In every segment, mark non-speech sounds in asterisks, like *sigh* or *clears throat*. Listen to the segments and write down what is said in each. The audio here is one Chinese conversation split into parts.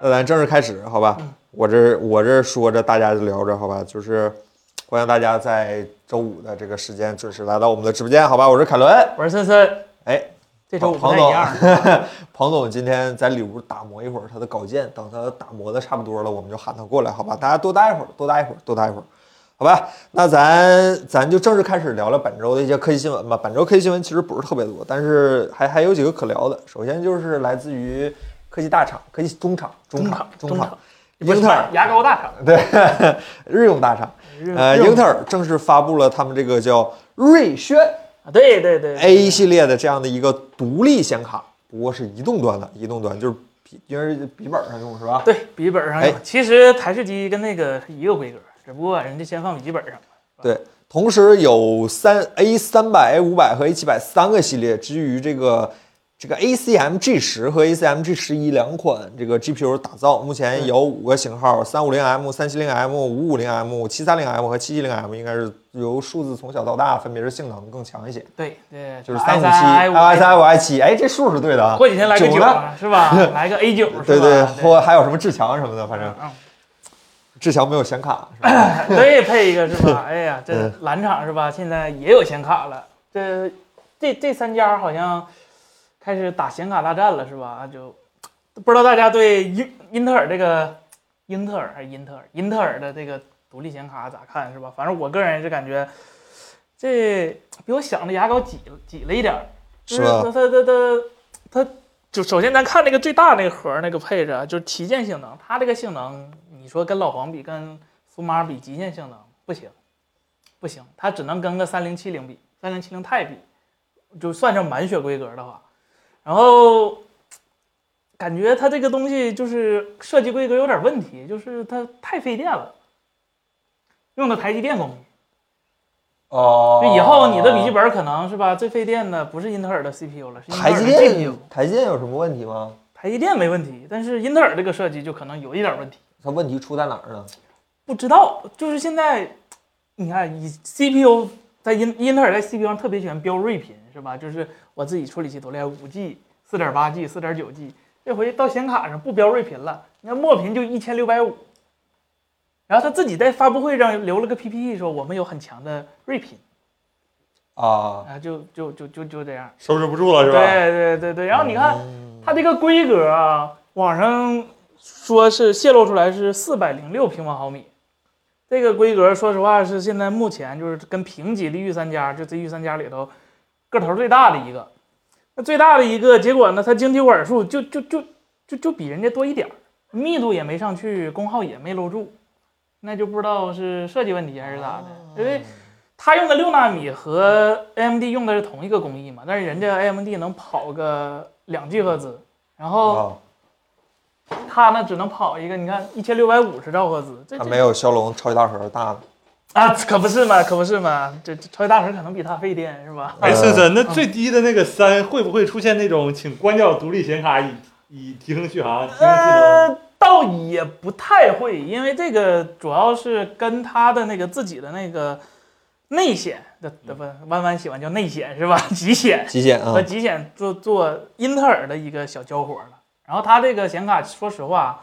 那咱呃正式开始，好吧？我这我这说着，大家就聊着，好吧？就是欢迎大家在周五的这个时间准时来到我们的直播间，好吧？我是凯伦，我是森森，哎，这周不庞太一样，总，庞总今天在里屋打磨一会儿他的稿件，等他打磨的差不多了，我们就喊他过来，好吧？大家多待一会儿，多待一会儿，多待一会儿，好吧？那咱咱就正式开始聊聊本周的一些科技新闻吧。本周科技新闻其实不是特别多，但是还还有几个可聊的。首先就是来自于科技大厂、科技中厂、中厂、中中厂厂，*laughs* 不英是特尔牙膏大厂，对， *laughs* 日用大厂，呃，日用英特尔正式发布了他们这个叫瑞轩啊对对对 A 系列的这样的一个独立显卡，不过是移动端的，移动端就是笔，因为是笔记本上用是吧？对笔记本上有哎，其实台式机跟那个是一个规格，只不过人家先放笔记本上，对，同时有三 A 三百、A 五百和 A 七百三个系列，至于这个。这个 ACM G 十和 ACM G 十一两款这个 GPU 打造，目嗯前有五个型号：三五零 M、三七零 M、五五零 M、七三零 M 和七七零 M，应该是由数字从小到大，分别是性能更强一些。对对，就是三三五七、i 五三、五 i 七，哎，这数是对的啊。过几天来个九九呢？啊 *laughs* 是吧？来个 A 九是吧？对对，对，或还有什么志强什么的，反正嗯志强没有显卡，是吧？嗯 *laughs* 对配一个是吧？哎呀，这蓝厂是吧？现在也有显卡了，这这这三家好像开始打显卡大战了是吧？啊就不知道大家对英英特尔这个英特尔还是英特尔英特尔的这个独立显卡咋看是吧？反正我个人是感觉这比我想的牙膏挤了挤了一点儿，就是吧它它它它它就首先咱看那个最大那个盒儿那个配置啊，就是旗舰性能，它这个性能你说跟老黄比，跟苏妈比极限性能不行，不行，它只能跟个三零七零比，三零七零钛比，就算上满血规格的话，然后感觉它这个东西就是设计规格有点问题，就是它太费电了，用的台积电工艺。哦就以后你的笔记本可能是吧，最费电的不是英特尔的 CPU 了，是英特哦台尔积的电 GPU。，台积电有什么问题吗？台积电没问题，但是英特尔这个设计就可能有一点问题。它问题出在哪儿呢？不知道，就是现在，你看以 CPU 在英英特尔在 CPU 上特别喜欢标睿频是吧？就是我自己处理器多厉害，五 G、四点八 G、四点九 G，这回到显卡上不标睿频了，你看墨频就一千六百五。然后他自己在发布会上留了个 PPT 说我们有很强的睿频啊，啊，就就就就就这样。收拾不住了是吧？哦对对对对，然后你看它这个规格啊，网上说是泄露出来是四百零六平方毫米，这个规格说实话是现在目前就是跟平级的御三家，就这御三家里头个头最大的一个。那最大的一个结果呢，它晶体管数就就就就就比人家多一点儿，密度也没上去，功耗也没搂住，那就不知道是设计问题还是咋的，因为。它用的六纳米和 AMD 用的是同一个工艺嘛，但是人家 AMD 能跑个两 G 赫兹，然后啊，它呢只能跑一个，你看一千六百五十兆赫兹，这它这没有骁龙超级大核大呢。啊，可不是嘛，可不是嘛，这这超级大神可能比它费电是吧？哎，森森，那最低的那个三会不会出现那种请关掉独立显卡以以提升续航、提升性能？呃，倒也不太会，因为这个主要是跟它的那个自己的那个内显的的不，弯弯喜欢叫内显是吧？ *laughs* 极显极限啊和，极显做做英特尔的一个小交火了。然后它这个显卡，说实话，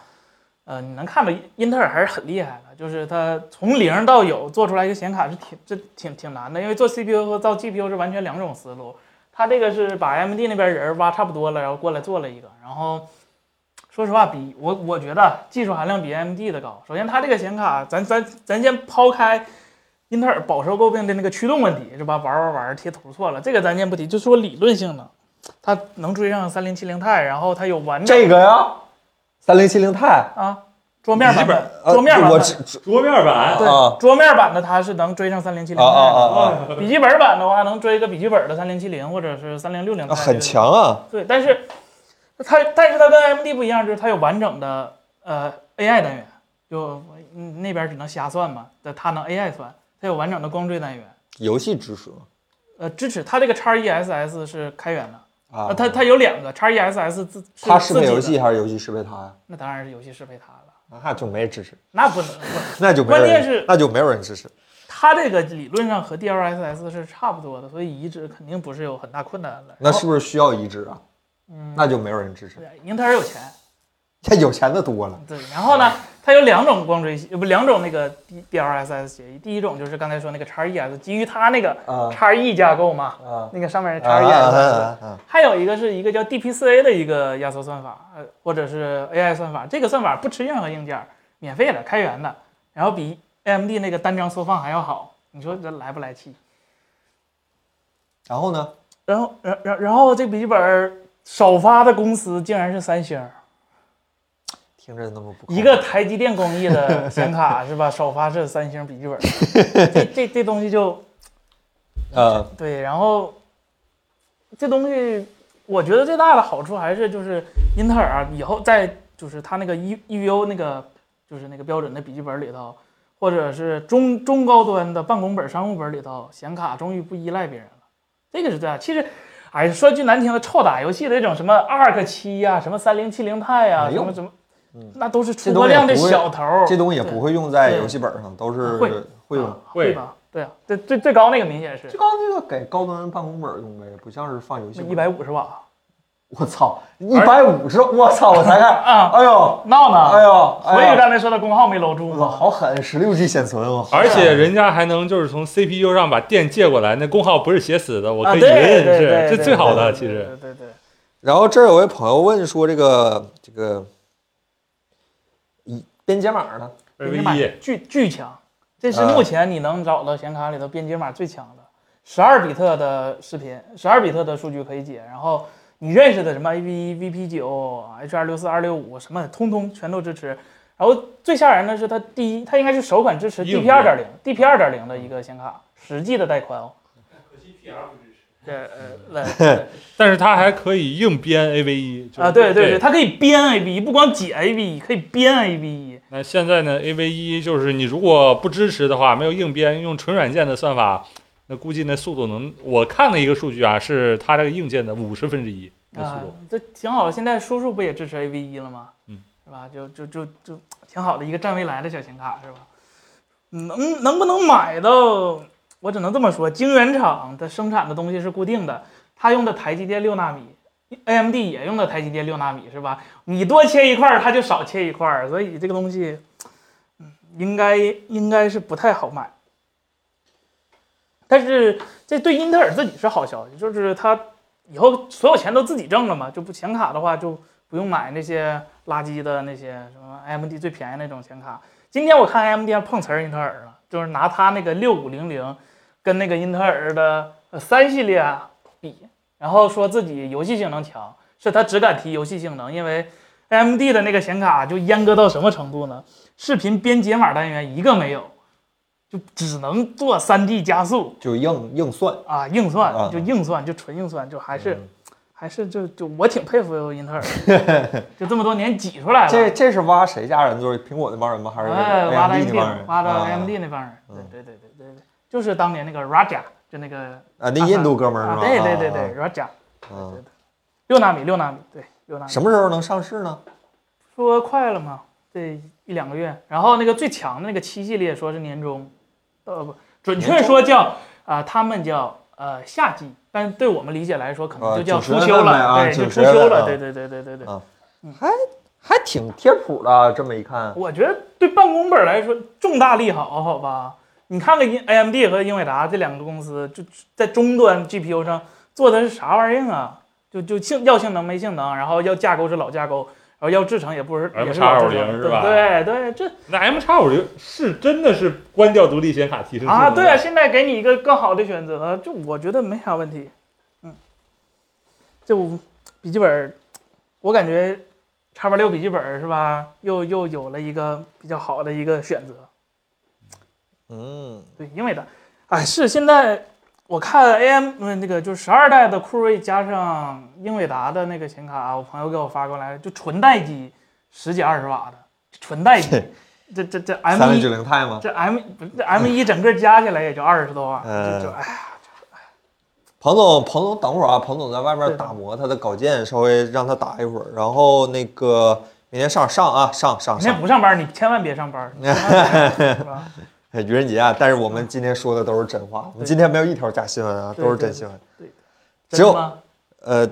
呃，你能看到英特尔还是很厉害的，就是它从零到有做出来一个显卡是挺这挺挺难的，因为做 CPU 和造 GPU 是完全两种思路。它这个是把 AMD 那边人挖差不多了，然后过来做了一个，然后说实话比，我我觉得技术含量比 AMD 的高。首先，它这个显卡，咱咱咱先抛开英特尔饱受诟病的那个驱动问题是吧？玩玩玩贴图错了，这个咱先不提，就说理论性能，它能追上三零七零钛，然后它有完整这个呀，三零七零钛，啊桌面版笔记本本，呃桌面版我本。只只桌面版对，啊桌面版的它是能追上三零七零啊啊啊钛啊的，笔记本版的话能追个笔记本的三零七零或者是三零六零啊，钛，很强啊，对，但是它但是它跟 AMD 不一样，就是它有完整的呃 AI 单元，就嗯那边只能瞎算嘛，但它能 AI 算，它有完整的光追单元，游戏支持呃支持它这个 x ESS 是开源的，啊呃，它它有两个 x ESS 自它适是自配己游的戏，还是游戏适配它呀？那当然是游戏适配它了，那就没支持，那不能不，那就没有人关键是那就没有人支持。它这个理论上和 DLSS 是差不多的，所以移植肯定不是有很大困难的。嗯那是不是需要移植啊？那就没有人支持。英特尔有钱，这有钱的多了，对，然后呢，嗯它有两种光追呃不两种那个 D B L S S 协议，第一种就是刚才说那个 x E S，基于它那个啊 x E 架构嘛，啊那个上啊面 x E 啊 S，、啊啊！还有一个是一个叫 D P 4 A 的一个压缩算法，呃，或者是 A I 算法，这个算法不吃任何硬件儿，免费的，开源的，然后比 A M D 那个单张缩放还要好，你说这来不来气？然后呢？然后，然然然后这笔记本儿首发的公司竟然是三星儿，听着那么不靠谱一个台积电工艺的显卡是吧？首发是三星笔记 *laughs* 本儿，这这这东西就呃对，然后这东西我觉得最大的好处还是就是英特尔啊，以后在就是它那个 E E V O 那个就是那个标准的笔记本里头，或者是中中高端的办公本、商务本里头，显卡终于不依赖别人了，这个是最大。其实，哎，说句难听的，臭打游戏的那种什么 ARC 七呀、什么三零七零派呀、没什用么什么嗯，那都是这出东货西量的不会小头儿，这东西也不会用在对游戏本上，都是会会用啊。会吧？对啊，最最最高那个明显是最高那个给高端办公本用呗，不像是放游戏。一百，五十瓦我操，一百五十，我操，我才看，啊。哎呦，闹呢？哎呦，所以哎呦，刚才说的功耗没搂住我操，嘛。嗯好狠，十六 G 显存，我好而且人家还能就是从 CPU 上把电借过来，那功耗不是写死的，我啊可以对对匀，对对是这对最好的。对其实对对对，然后这儿有位朋友问说，这个这个，一编解码呢？编 v E 解码一嗯巨巨强，这是目前你能找到显卡里头编解码最强的，十二比特的视频，十二比特的数据可以解，然后你认识的什么 A V 1 V P 九、H 二六四、二六五什么的，通通全都支持。然后最吓人的是它第一，它应该是首款支持硬 DP 二点零、DP 二点零的一个显卡，实际的带宽哦。可惜 PR 不支持。对呃，对但是它还可以硬编 AV 一啊，对对对，对。它可以编 A B 不光解 A B 可以编 A B 那现在呢，AV 一就是你如果不支持的话，没有硬编，用纯软件的算法，那估计那速度能，我看了一个数据啊，是它这个硬件的五十分之一那速啊度。，这挺好的。现在叔叔不也支持 A V 一了吗？嗯，是吧？就就就就挺好的一个占未来的小显卡，是吧？能能不能买到？我只能这么说，晶圆厂的生产的东西是固定的，它用的台积电六纳米，AMD 也用的台积电六纳米，是吧？你多切一块儿，它就少切一块儿，所以这个东西，嗯，应该应该是不太好买。但是这对英特尔自己是好消息，就是它以后所有钱都自己挣了嘛，就不显卡的话就不用买那些垃圾的那些什么 AMD 最便宜那种显卡。今天我看 AMD 还碰瓷儿英特尔了，就是拿它那个六五零零跟那个英特尔的呃三系列比，然后说自己游戏性能强，是它只敢提游戏性能，因为 AMD 的那个显卡就阉割到什么程度呢？视频编解码单元一个没有，就只能做 3D 加速，就硬硬算，啊，硬啊嗯算就硬算，就纯硬算，就还是、还是就就我挺佩服英特尔的， *laughs* 就这么多年挤出来了。这这是挖谁家人做？苹果那帮人吗？还是哎，挖到 AMD 那帮人？挖到啊 AMD 那帮人，嗯对对对对对对，就是当年那个 Raja，就那个啊，那印度哥们儿是啊，吧？对对对啊对，Raja，啊啊对六纳米六纳米，对六纳米什，么时候能上市呢？说快了嘛，这一两个月。然后那个最强的那个七系列说是年终，呃不，准确说叫啊、他们叫呃夏季，但对我们理解来说可能啊就叫九十初月秋份了，呗啊对，就九十初月秋份了，啊对对对对对对。还挺贴谱的啊，这么一看，我觉得对办公本来说重大利好，好吧？你看看英 AMD 和英伟达这两个公司，就在终端 GPU 上做的是啥玩意儿啊？就就性要性能没性能，然后要架构是老架构，然后要制程也不是也是老制 M550 程，是吧对对，这那 M 叉五零是真的是关掉独立显卡提升啊，性能对的啊，现在给你一个更好的选择，就我觉得没啥问题。嗯，这我笔记本儿，我感觉叉八六笔记本儿是吧，又又有了一个比较好的一个选择。嗯，对，因为的，哎，是现在我看 AM 嗯那个就是十二代的酷睿加上英伟达的那个显卡，啊我朋友给我发过来，就纯待机，十几二十瓦的纯待机，这这这 M E 三一零九零 i 吗？这 M 不是这 M 一整个加起来也就二十多瓦，嗯就就哎，彭总，彭总，等会儿啊，彭总在外面对打磨他的稿件，稍微让他打一会儿，然后那个明天上上啊，上上明天上，不上班你千万别上班，千万别上班 *laughs* 是吧？哎愚人节啊！但是我们今天说的都是真话，我们对今天没有一条假新闻啊，对都是真新闻。对对对只有真的吗呃，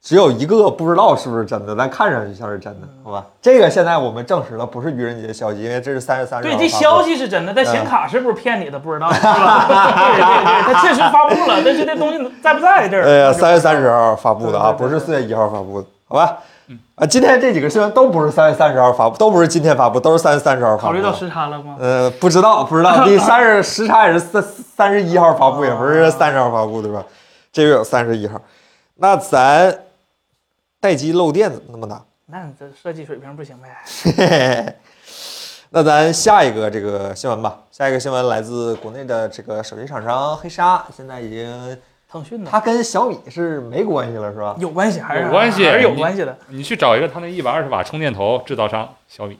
只有一个不知道是不是真的，但看上去像是真的，好吧？这个现在我们证实了不是愚人节消息，因为这是三十三日。对，这消息息是真的，但嗯显卡是不是骗你的不知道，是吧？ *laughs* 对对对，它确实发布了，但是这东西在不在这儿？哎呀，就不知道三月三十号发布的啊，对对对不是对四月一号发布的，好吧？啊，今天这几个新闻都不是三月三十号发布，都不是今天发布，都是三月三十号发布的。考虑到时差了吗？呃，不知道，不知道。第三十时差也是三三十一号发布，也不是三十号发布，对吧？这月有三十一号，那咱待机漏电怎么那么大？那你这设计水平不行呗？嘿嘿嘿 *laughs* 那咱下一个这个新闻吧，下一个新闻来自国内的这个手机厂商黑鲨，现在已经腾讯的它跟小米是没关系了，是吧？有关系还是有关系还是有你关系的。你去找一个他那一百二十瓦充电头制造商小米，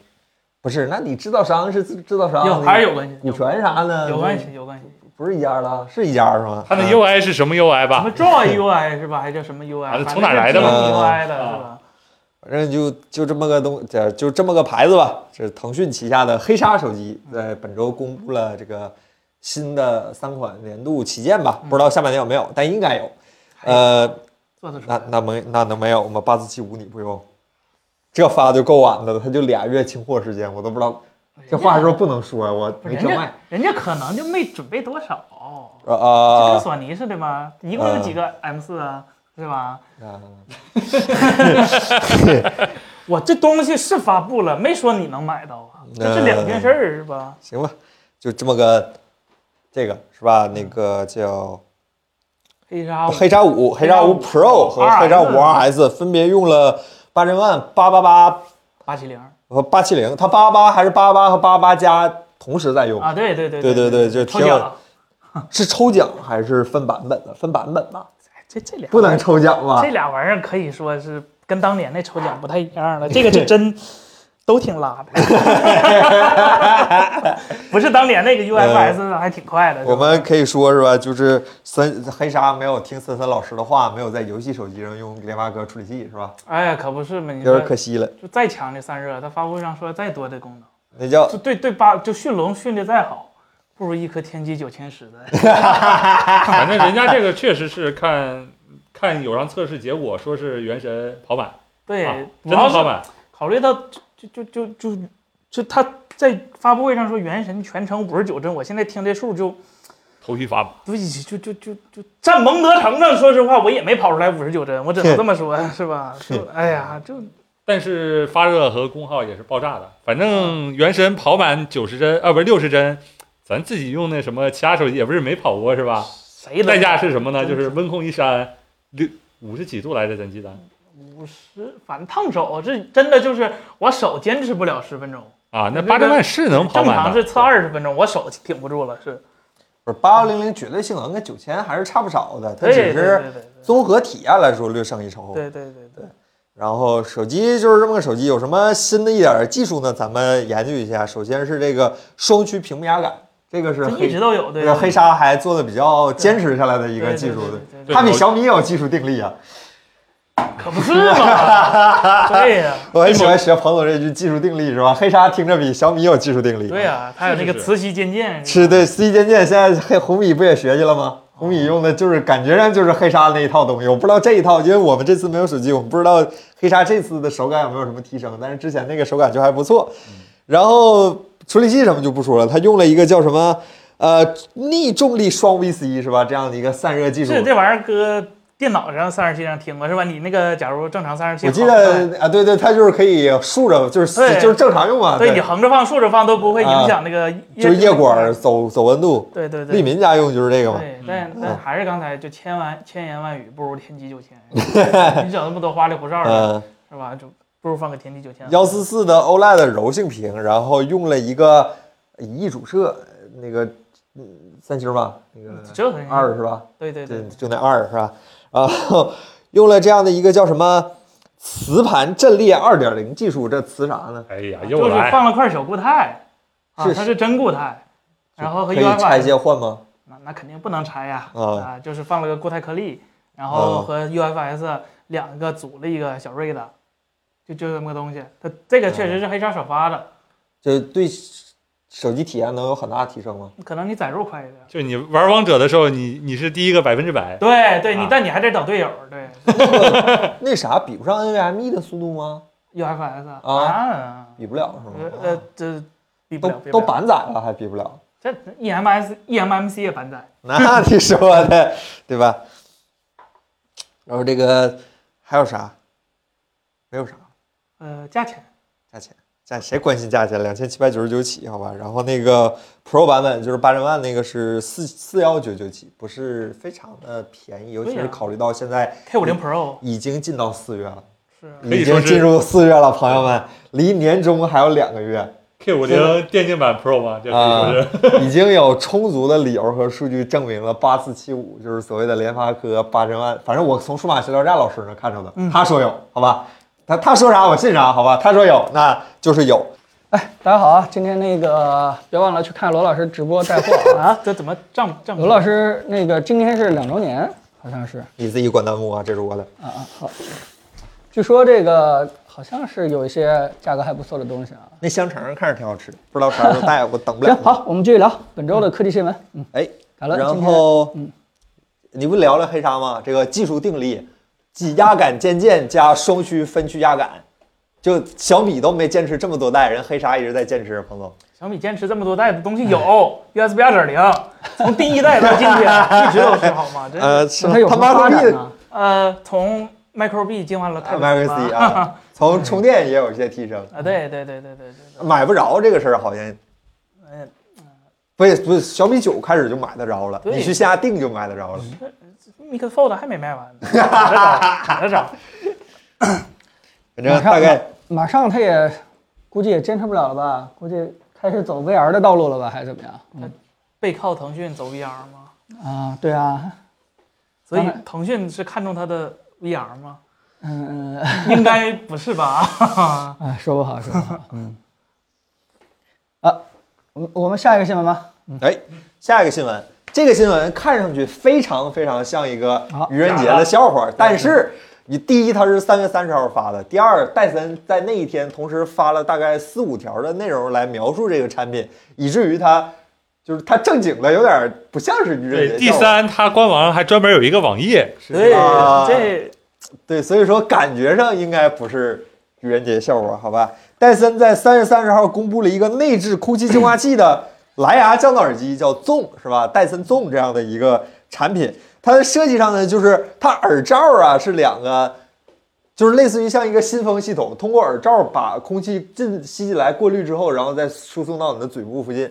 不是，那你制造商是制制造啊商，有还是有关系股权啥嗯的，有关，系，有关系。不是一家了，是一家是吗？它那嗯 UI 是什么 UI 什么吧？重要 UI 是吧？还叫什么 UI？啊反正从哪儿来的啊是嘛 UI 的是吧？反正就就这么个东，这就这么个牌子吧。这是腾讯旗下的黑鲨手机，在本周公布了这个新的三款年度旗舰嗯吧，不知道下半年有没有，但应该有。呃，做得出那来。那没那能没有吗？八四七五你不用，这发就够晚的了，它就俩月清货时间，我都不知道。这话是不是哎不能说呀、我没人车家卖。人家可能就没准备多少，啊就跟啊索尼似的嘛，一共有几个 M 四啊，是吧？啊！ *laughs* 我这东西是发布了，没说你能买到啊，这是两件事儿是吧？行吧，就这么个，这个是吧？那个叫黑鲨黑鲨五、嗯黑鲨五 Pro 和黑鲨五 RS 分别用了八千万、八八八八七零和八七零，它八八还是八八和八八加同时在用，啊，对对对对对对对就抽挺有奖了，是抽奖还是分版本的？分版本吧，哎这这俩不能抽啊奖吧这？俩玩意儿可以说是跟当年那抽奖不太一样了，这个 *laughs* 是真都挺拉的， *laughs* 不是当年那个 UFS 还挺快的。是吧嗯我们可以说是吧，就是森黑鲨没有听森森老师的话，没有在游戏手机上用联发科处理器是吧？哎呀，可不是嘛，你有说点可惜了。就再强的散热，它发布会上说再多的功能，那叫就对对八就驯龙训的再好，不如一颗天玑九千十 *laughs* 的。反正人家这个确实是看 *laughs* 看有上测试结果，说是原神跑满，对，啊主真要的跑是满，考虑到就就就就就他在发布会上说原神全程五十九帧，我现在听这数就。头皮发麻。对，就就就就站蒙德城上，说实话，我也没跑出来五十九帧，我只能这么说，是吧？就哎呀，就但是发热和功耗也是爆炸的，反嗯正原神跑满九十帧啊，不是六十帧，咱自己用那什么其他手机也不是没跑过是吧？谁能代价是什么呢？真就是是温控一删，六五十几度来着，咱记得五十反烫手，这真的就是我手坚持不了十分钟，啊，这那个八千万是能跑正满常的是测二十分钟，我手挺不住了，是。不是八幺零零绝对性能跟九千还是差不少的，它对只对对是哦对综合体验来说略胜一筹。对对对对对，然后手机就是这么个手机，有什么新的一点儿技术呢？咱们研究一下。首先是这个双区屏幕压感，这个是这一直黑都有，这对个黑鲨还做的比较坚持下来的一一个技术的，对对对对它比小米也有技术定力啊。可不是嘛？ *laughs* 对呀，我很喜欢学彭总这句技术定力是吧？黑鲨听着比小米有技术定力。对呀，它有那个是是磁吸尖键，是对 C 键键，现在黑红米不也学去了吗？红哦米用的就是感觉上就是黑鲨那一套东西，我不知道这一套，因为我们这次没有手机，我们不知道黑鲨这次的手感有没有什么提升，但是之前那个手感就还不错。嗯然后处理器什么就不说了，它用了一个叫什么呃逆重力双 VC 是吧？这样的一个散热技术。是这玩意儿搁电脑上三十七上听过是吧？你那个假如正常三十七，我记得啊，对对，它就是可以竖着，就是对就是正常用啊，对你横着放、竖着放都不会影响那个就是液管。走走温度。对对利对。民家用就是这个嘛。对，但但嗯还是刚才就千万千言万语不如天玑九 *laughs* 千，你整那么多花里胡哨的，嗯。是吧？就不如放个天玑九千。幺四四的 OLED 柔性屏，然后用了一个呃一亿主摄，那个嗯三星吧，那个这很二是吧？对嗯对就对，就那二是吧？然后用了这样的一个叫什么磁盘阵列二点零技术，这磁啥呢？哎呀，啊就又是来，放了块小固态，啊，是它是真固态，然后哦和可以拆 UFS 卸换吗？那那肯定不能拆呀，啊啊，就是放了个固态颗粒，然啊后和 UFS 两个组了一个小瑞的，就就这么个东西。它这个确实是黑鲨首发的，就对手机体验能有很大的提升吗？可能你载入快一点。就你玩王者的时候，你你是第一个百分之百，对对，你啊但你还得找队友， *laughs* 对那啥比不上 NVMe E 的速度吗？ UFS 啊啊，比不了呃是呃吗？，这比不都了，比都不了板载了还比不了，这 E EMS EMMC 也 *laughs* 板载，那你说的 *laughs* 对吧？然后这个还有啥？没有啥，呃，价钱价钱，价谁关心价钱？两千七百九十九起，好吧。然后那个 Pro 版本就是八千万那个是四四幺九九起，不是非常的便宜，尤其对是呀考虑到现在 K 5 0 Pro 已经进到四月了，是可以已说经是进入四月了，朋友们，离年终还有两个月， K 五零电竞版 Pro 嘛，这可以说是。 *laughs* 已经有充足的理由和数据证明了八四七五就是所谓的联发科八千万。反正我从数码协调站老师那看着的，嗯他说有，好吧，他他说啥我信啥，好吧，他说有，那就是有。大家好啊！今天那个别忘了去看罗老师直播带货 *laughs* 啊！啊，这怎么账账？罗老师那个今天是两周年，好像是你自己管弹幕啊，这是我的。啊啊好。据说这个好像是有一些价格还不错的东西啊。那香肠看着挺好吃，不知道啥时候带，我等不了 *laughs* 行，。好，我们继续聊本周的科技新闻。嗯，哎，好了然今天嗯后、你不聊聊黑鲨吗？这个技术定力，挤压感渐渐加双区分区压感，就小米都没坚持这么多代，人黑鲨一直在坚持。彭总，小米坚持这么多代的东西有 USB 二点零，从第一代到今天一直都是好吗？这呃，是哎它有什他么妈发逼展的呢？呃，从 Micro B 进化了太多 m i 了 c C 啊，从充电也有一些提升，啊，对对对对对对对，买不着这个事儿好像。嗯，不是不是，小米九开始就买得着了，对你去下定就买得着了。你可 Fold 还没卖完呢，打着找，打着找，反马正上大概马上他也估计也坚持不了了吧？估计开始走 VR 的道路了吧？还是怎么样？嗯背靠腾讯走 VR 吗？啊，对啊，所以当然腾讯是看中它的 VR 吗？嗯嗯应该不是吧？啊，说不好，说不好。 *laughs* 嗯。啊，我我们下一个新闻吧。哎，下一个新闻，这个新闻看上去非常非常像一个好愚人节的笑话，但是你第一，它是三月三十号发的；第二，戴森在那一天同时发了大概四五条的内容来描述这个产品，以至于它就是它正经的有点不像是愚人节对，第笑话。三，它官网上还专门有一个网页，对，啊这对，所以说感觉上应该不是愚人节笑话，好吧？戴森在三月三十号公布了一个内置空气净化器的蓝牙降噪耳机，叫 Zone 是吧？戴森 Zone 这样的一个产品，它的设计上呢，就是它耳罩啊是两个，就是类似于像一个新风系统，通过耳罩把空气进吸进来，过滤之后，然后再输送到你的嘴部附近，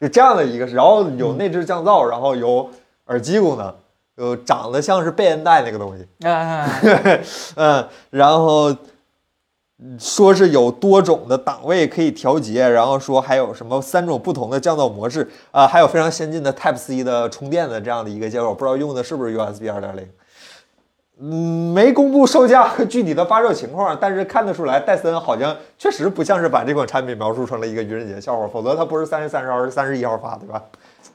就这样的一个，然后有内置降噪，然后有耳机功能，有长得像是贝恩带那个东西。呃， *laughs* 嗯，然后嗯说是有多种的档位可以调节，然后说还有什么三种不同的降噪模式啊、还有非常先进的 Type C 的充电的这样的一个接口，不知道用的是不是 USB 2.0。嗯，没公布售价和具体的发售情况，但是看得出来，戴森好像确实不像是把这款产品描述成了一个愚人节笑话，否则它不是三月三十号，是三十一号发，对吧？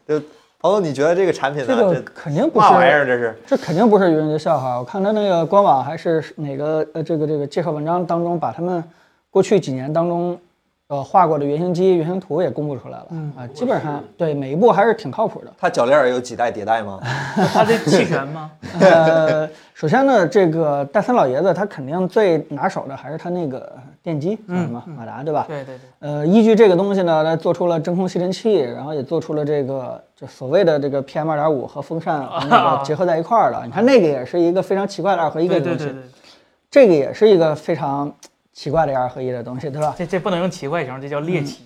就朋友，你觉啊得这个产品这呢？个肯定不嘛玩意是，儿？这是这肯定不是愚人节笑话。我看他那个官网还是哪个呃这个这个介绍文章当中，把他们过去几年当中呃画过的原型机、原型图也公布出来了。嗯啊，基本上对每一步还是挺 *laughs* 靠谱的。它铰链儿有几代迭代吗？ *laughs* 它的弃权吗？呃，首先呢，这个戴森老爷子他肯定最拿手的还是他那个电机，叫什么马达对吧？嗯对对对，呃，依据这个东西呢，它做出了真空吸尘器，然后也做出了这个就所谓的这个 PM 二点五和风 *laughs* 扇那个结合在一块儿了。你看那个也是一个非常奇怪的二合一的对东对对西，对，这个也是一个非常奇怪的二合一的东西，对吧？这这不能用奇怪形容，这叫猎奇。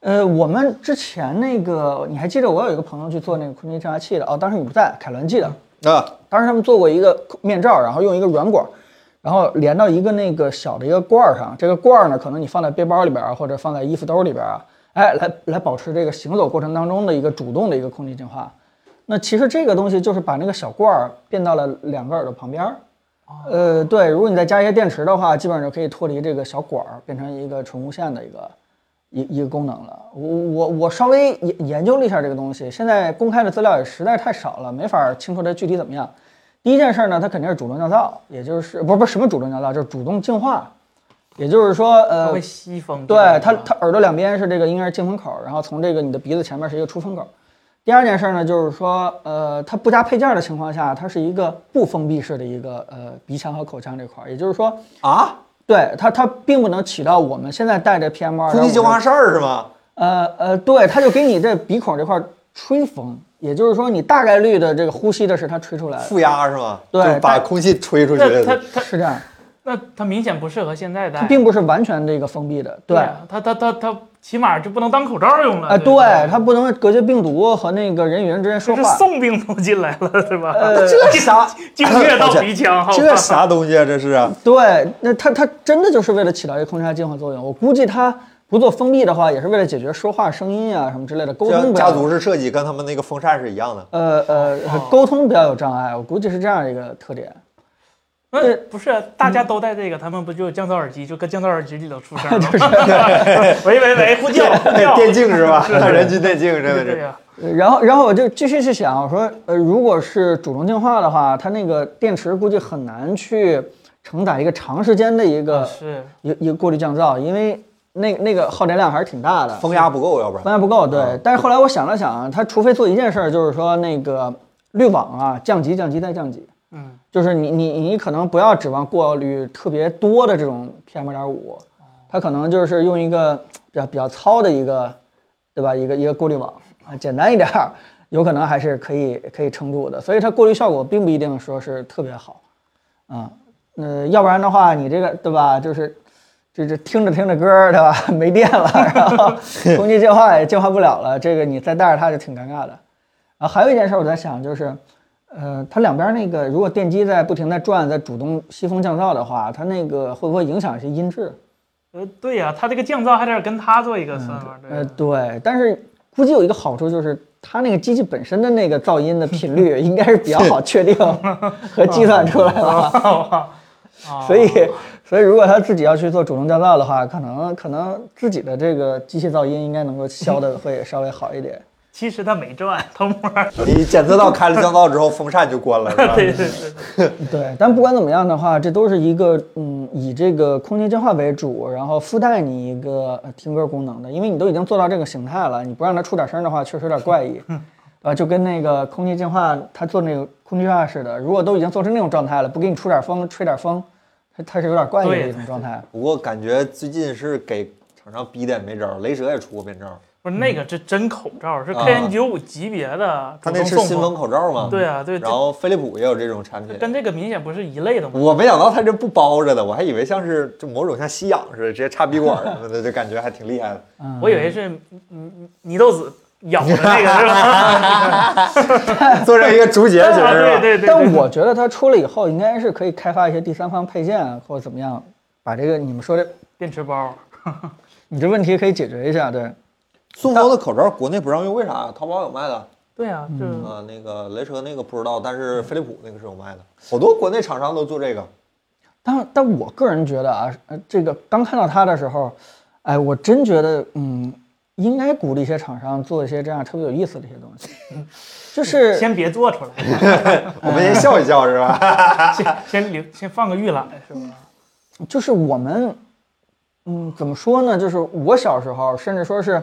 呃，我们之前那个你还记得我有一个朋友去做那个空气净化器的哦，当时你不在，凯伦记得，啊，当时他们做过一个面罩，然后用一个软管，然后连到一个那个小啊的一个罐儿上。这个罐儿呢，可能你放在背包里边儿啊，或者放在衣服兜里边儿啊，哎，来来保持这个行走过程当中的一个主动的一个空气净化。那其实这个东西就是把那个小罐儿变到了两个耳朵旁边儿。呃，对，如果你再加一些电池的话，基本上就可以脱离这个小管儿，变成一个纯无线的一个一一个功能了。我我我稍微研研究了一下这个东西，现在公开的资料也实在太少了，没法清楚它具体怎么样。第一件事呢，它肯定是主动降噪，也就是不是不是什么主动降噪，就是主动净化。也就是说，它呃会，吸风。对它它它耳朵两边是这个应该是进风口，然后从这个你的鼻子前面是一个出风口。第二件事呢，就是说，呃，它不加配件的情况下，它是一个不封闭式的一个呃鼻腔和口腔这块儿，也就是说，啊，对它它并不能起到我们现在戴着 PM 二空气净化事儿是吗？呃呃，对，它就给你这鼻孔这块儿吹风，也就是说你大概率的这个呼吸的是它吹出来的，负压是吗？对就把但空气吹出去那它了。它是这样，那它明显不适合现在戴它。并不是完全这个封闭的，对。啊它它它它起码就不能当口罩用了。啊，对对，它不能隔绝病毒和那个人与人之间说这是话。送病毒进来了，对吧？呃这啥？精确到鼻腔，好吧这啥东西啊？这是啊？对，那它它真的就是为了起到一个空气净化作用。我估计它不做封闭的话，也是为了解决说话声音啊什么之类的沟这通不家要。族式设计跟他们那个风扇是一样的。呃呃，沟通比较有障碍，我估计是这样一个特点。那不是啊大嗯家都戴这个，他们不就降噪耳机，就跟降噪耳机里头 *laughs* 出声了吗？ *laughs* 喂喂喂，呼叫呼叫，电竞是吧？人均电竞真的对是。呀，呃然后，然后我就继续去想，我说，呃，如果是主动净化的话，它那个电池估计很难去承载一个长时间的一啊个是一一个过滤降噪，因为那那个耗电量还是挺大的。风压不够，要不然方向不够，对。但是后来我想了想啊，它除非做一件事儿，就是说那个滤网啊，降级、降级再降级，嗯，就是你你你可能不要指望过滤特别多的这种 PM 二点五，它可能就是用一个比较比较糙的一个，对吧？一个一个过滤网啊，简单一点儿，有可能还是可以可以撑住的。所以它过滤效果并不一定说是特别好，啊、呃，要不然的话，你这个对吧，就是这这听着听着歌儿，对吧？ *laughs* 没电了，然后空气净化也净化不了了，这个你再带着它就挺尴尬的。啊，还有一件事我在想就是，呃，它两边那个如果电机在不停在转，在主动吸风降噪的话，它那个会不会影响一些音质？呃，对呀，它这个降噪还得跟它做一个算法，对呃， *laughs* 呀，对，但是估计有一个好处就是。它那个机器本身的那个噪音的频率应该是比较好确定和计算出来了，啊所以， *laughs* 所以如果他自己要去做主动降噪的话，可能可能自己的这个机器噪音应该能够消的 *laughs* 会稍微好一点。其实它没转， *laughs* 偷摸儿，你检测到开了降噪之后，风扇就关了，是嗯吧？ *laughs* 对对对，对，但不管怎么样的话，这都是一个嗯，以这个空气净化为主，然后附带你一个呃听歌功能的，因为你都已经做到这个形态了，你不让它出点声的话，确实有点怪异。 *laughs* 呃，就跟那个空气净化，它做那个空气净化似的，如果都已经做成那种状态了，不给你出点风，吹点风，它它是有点怪异的对一种状态。不过感觉最近是给厂商逼的也没招儿，雷蛇也出过面罩，不是那嗯个，这真口罩，是啊 KN 九五级别的，他那是主动新送风风，口罩吗？对啊，对，然这后飞利浦也有这种产品。跟这个明显不是一类的嘛，我没想到它这不包着的，我还以为像是就某种像吸氧似的，直接插鼻管儿什么的，就感觉还挺厉害的。 *laughs* 嗯，我以为是嗯泥豆子咬的那个是 *laughs* 吧？做成一个竹节 *laughs* 对形儿是吧？啊对对对，但我觉得它出了以后，应该是可以开发一些第三方配件啊，或者怎么样，把这个你们说的，电池包。你这问题可以解决一下。对，塑封的口罩国内不让用，为啥？淘宝有卖的。对啊，这嗯啊，那个雷蛇那个不知道，但是飞利浦那个是有卖的，好多国内厂商都做这个。但但我个人觉得啊，呃，这个刚看到它的时候，哎，我真觉得，嗯，应该鼓励一些厂商做一些这样特别有意思的一些东西，就是先别做出来， *laughs* 我们先笑一笑是吧？先先留先放个预览是吧？就是我们，嗯，怎么说呢？就是我小时候，甚至说是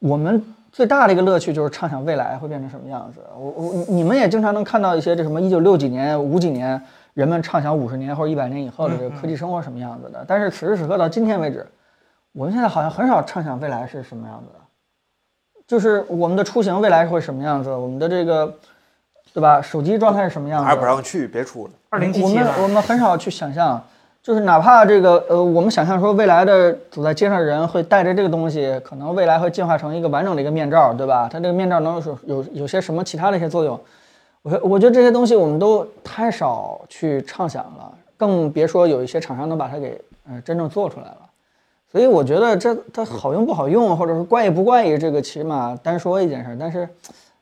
我们最大的一个乐趣，就是畅想未来会变成什么样子。我我你你们也经常能看到一些这什么一九六几年、五几年，人们畅想五十年或者一百年以后的这嗯个科技生活什么样子的。但是此时此刻到今天为止，我们现在好像很少畅想未来是什么样子的。就是我们的出行未来会什么样子，我们的这个，对吧？手机状态是什么样子？ *laughs* 还是不让去，别出了。二零七啊我七们了，我们很少去想象，就是哪怕这个呃，我们想象说未来的走在街上的人会带着这个东西，可能未来会进化成一个完整的一个面罩，对吧？它这个面罩能有有有些什么其他的一些作用？我我觉得这些东西我们都太少去畅想了，更别说有一些厂商能把它给呃真正做出来了。所以我觉得这它好用不好用，或者是怪异不怪异，这个起码单说一件事儿。但是，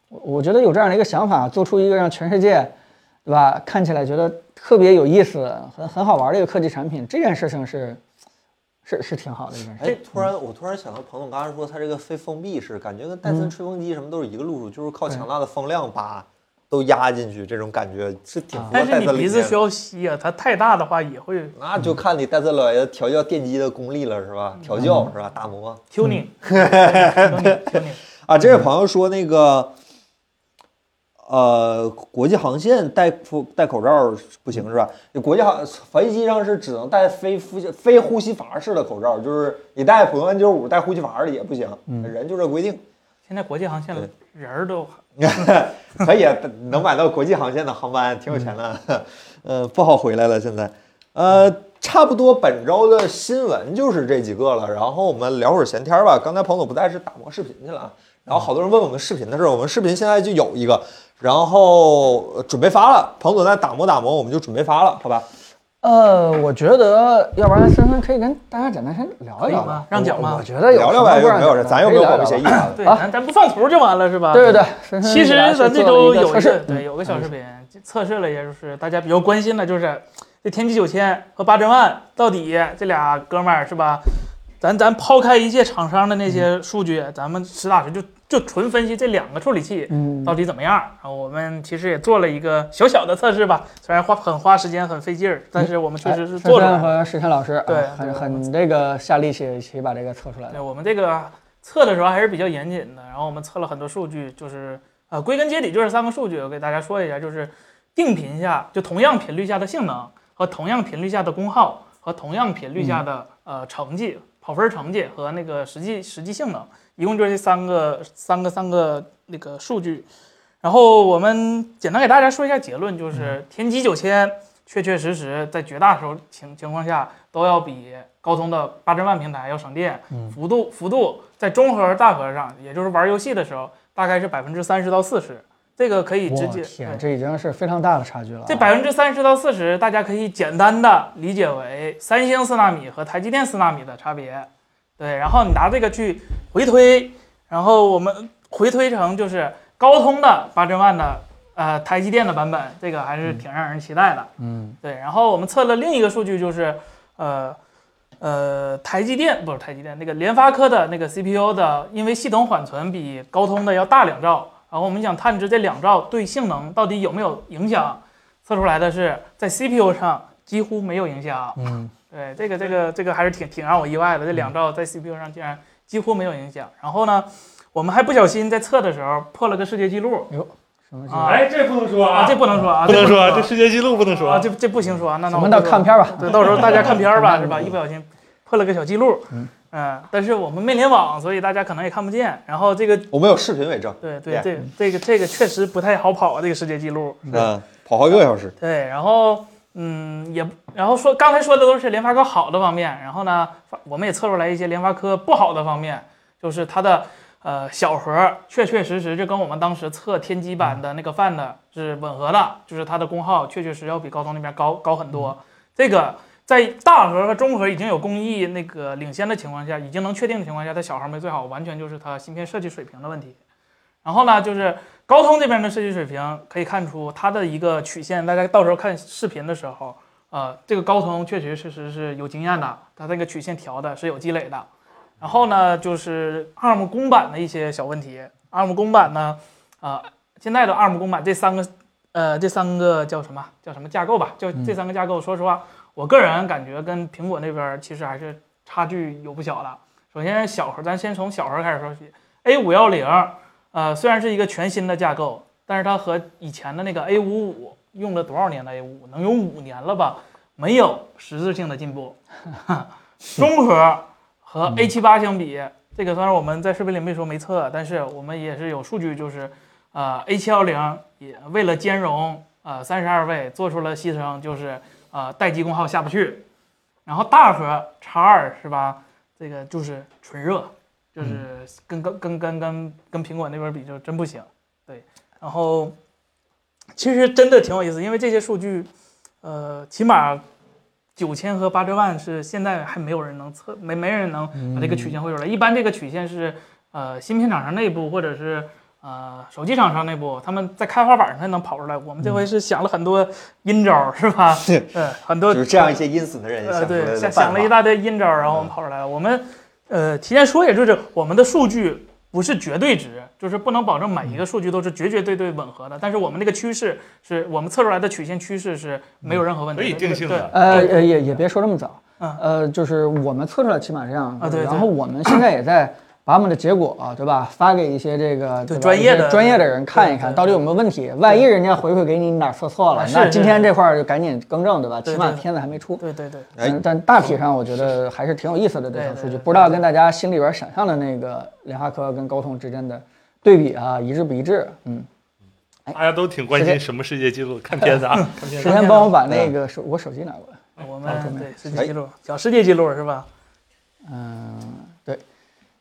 我我觉得有这样的一个想法，做出一个让全世界，对吧？看起来觉得特别有意思、很很好玩的一个科技产品，这件事情是，是是挺好的一件事。哎，突然我突然想到，彭总刚嗯才说它这个非封闭式，感觉跟戴森吹风机什么都是一个路数，就是靠强大的风量把都压进去，这种感觉是挺符合啊但是戴你森鼻理子念需的。要吸啊，它太大的话也嗯会那就看你戴森老爷子调教电机的功力了，是吧？调教是吧？打磨。 tuning。tuning，tuning 啊，这位朋友说那个，呃，国际航线戴口戴口罩不行是吧？国际航飞机上是只能戴非呼吸非呼吸阀式的口罩，就是你戴普通 N 九五戴呼吸阀的也不行，人就这规定。现在国际航线对人儿都 *laughs* 可以啊能买到国际航线的航班，挺有钱嗯的。 *laughs* 呃，不好回来了，现在。呃，差不多本周的新闻就是这几个了，然后我们聊会儿闲天儿吧。刚才彭总不在，是打磨视频去了啊。然后好多人问我们视频的事儿，我们视频现在就有一个，然后呃准备发了。彭总在打磨打磨，我们就准备发了，好吧？呃，我觉得要不然森森可以跟大家简单先聊可一聊以吗吧，让讲我吗我觉得有聊聊呗，什么有没不让有事？讲的咱又可没以有聊保密聊协议吧啊。对，啊咱咱不放图就完了是吧？对对对， *laughs* 森森其实给大家咱去这周做了一个有测一个试，嗯对有个小视频测试了，也就是大家比较关心的，就是这天玑九千和八珍万到底这俩哥们儿是吧？咱咱抛开一切厂商的那嗯些数据，咱们实打实就就纯分析这两个处理器嗯到底怎么样。然后我们其实也做了一个小小的测试吧，虽然花很花时间很费劲儿，嗯但是我们哎确实是做出来森了森。和石晨老师，啊对很对很这个下力气去把这个测出来的对，。我们这个测的时候还是比较严谨的，然后我们测了很多数据，就是呃，归根结底就是三个数据，我给大家说一下，就是定频下就同样频率下的性能和同样频率下的功耗和同样频率嗯下的、呃成绩、跑分成绩和那个实际实际性能，一共就是这三个三个三个那个数据。然后我们简单给大家说一下结论，就是天玑九千确确实实在绝大多数情情况下都要比高通的八珍万平台要省电，幅度幅度在中核大核上，也就是玩游戏的时候，大概是百分之三十到四十，这个可以直我接天，对这已经是非常大的差距了啊。这百分之三十到四十，大家可以简单的理解为三星四纳米和台积电四纳米的差别。对，然后你拿这个去回推，然后我们回推成就是高通的八珍万的呃台积电的版本，这个还是挺让人期待的。嗯，对，然后我们测了另一个数据，就是呃呃台积电不是台积电那个联发科的那个 CPU 的，因为系统缓存比高通的要大两兆，然后我们想探知这两兆对性能到底有没有影响，测出来的是在 CPU 上几乎没有影响。嗯，对，这个这个这个还是挺挺让我意外的，这两兆在 CPU 上竟然几乎没有影响。然后呢，我们还不小心在测的时候破了个世界纪录什么啊哎，这不能说啊，这不能说啊，不能说，这这世界纪录不能说啊，这这不行说啊，那那我我们到不说看片儿吧。对，到时候大家看片儿吧，嗯是吧？一不小心破了个小记录，嗯、但是我们没联网，所以大家可能也看不见。然后这个，我们有视频为 *laughs* 证。对对对，这个这个这个确实不太好跑啊，这个世界纪录。嗯，跑好几个小时。对，然后嗯，也不然后说刚才说的都是联发科好的方面，然后呢，发我们也测出来一些联发科不好的方面，就是它的呃小核确确实实就跟我们当时测天玑版的那个 Find 是吻合的，就是它的功耗确确实要比高通那边高高很多。这个在大核和中核已经有工艺那个领先的情况下，已经能确定的情况下，它小核没最好，完全就是它芯片设计水平的问题。然后呢，就是高通这边的设计水平可以看出它的一个曲线，大家到时候看视频的时候，呃，这个高通确确实实是有经验的，它这个曲线调的是有积累的。然后呢，就是 ARM 公版的一些小问题，ARM 公版呢，呃，现在的 ARM 公版这三个，呃，这三个叫什么叫什么架构吧？就这三个架构，说实话，我个人感觉跟苹果那边其实还是差距有不小的。首先小核，咱先从小核开始说起，A 五幺零。呃，虽然是一个全新的架构，但是它和以前的那个 A 五五用了多少年的 A 五五，能有五年了吧？没有实质性的进步。 *laughs* 中核和 A 七八相比，这个虽然我们在视频里没说没测，但是我们也是有数据，就是呃 A 七幺零也为了兼容呃三十二位做出了牺牲，就是呃待机功耗下不去。然后大核 X 二是吧？这个就是纯热，嗯就是跟跟跟跟跟跟苹果那边比就真不行。对，然后其实真的挺有意思，因为这些数据，呃，起码九千和八千万是现在还没有人能测，没没人能把这个嗯曲线绘出来。一般这个曲线是呃芯片厂商内部或者是。呃，手机厂商内部，他们在开发板上才能跑出来。我们嗯这回是想了很多阴招儿，*laughs* 是吧？嗯，很呃多就是这样一些阴损的人呃，想出来对，的想办想了一法，大堆阴招儿，然后我们跑出来了。我们呃提前说，也就是我们的数据不是绝对值，就是不能保证每一个数据都是绝绝对对吻合的。但是我们那个趋势是我们测出来的曲线趋势是没有任何问题可的，以定性对的。呃呃，也也别说这么早，嗯呃，就是我们测出来起码这样，啊对然对后我们现在也在把我们的结果、对吧，发给一些这个对吧专业的一些专业的人看一看，对对到底有没有问题。万一人家回馈给你你哪儿测错了啊，是那是今天这块儿就赶紧更正，对吧？对起码对片子还没出。对对对，哎嗯，但大体上我觉得还是挺有意思的这对项对数据，对不知道跟大家心里边想象的那个联发科跟高通之间的对比啊，一致不一致？嗯，大家都挺关时心间什么世界纪录，看片子啊，嗯看片首子。先帮我把那个手我手机拿过来。我好后们面对世界纪录，小世界纪录是吧？嗯，对，